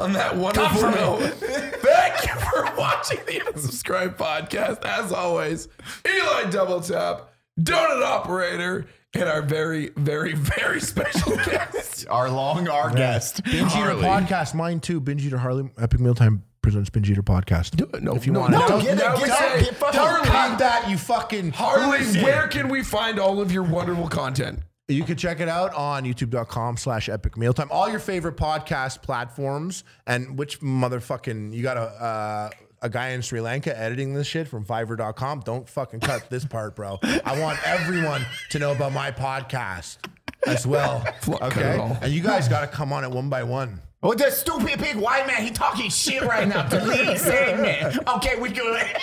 On that wonderful note, thank you for watching the Unsubscribe podcast. As always, Eli Double Tap, Donut Operator, and our very, very, very
(laughs)
special guest.
Our long our guest.
Binge Eater
Harley.
Podcast, mine too. Binge Eater Harley Epic Mealtime presents Binge Eater Podcast. Do it. No, if you want
no,
it.
get it, get it, get fucking cut
that, you fucking
Harley, where can we find all of your wonderful content?
You can check it out on youtube.com slash epic mealtime. All your favorite podcast platforms and which motherfucking you got a uh, a guy in Sri Lanka editing this shit from Fiverr.com. Don't fucking cut this part, bro. I want everyone to know about my podcast as well.
Fuck, cut it all.
Okay. And you guys gotta come on it one by one.
Oh, the stupid big white man, he talking shit right now. Delete segment. Okay, we good.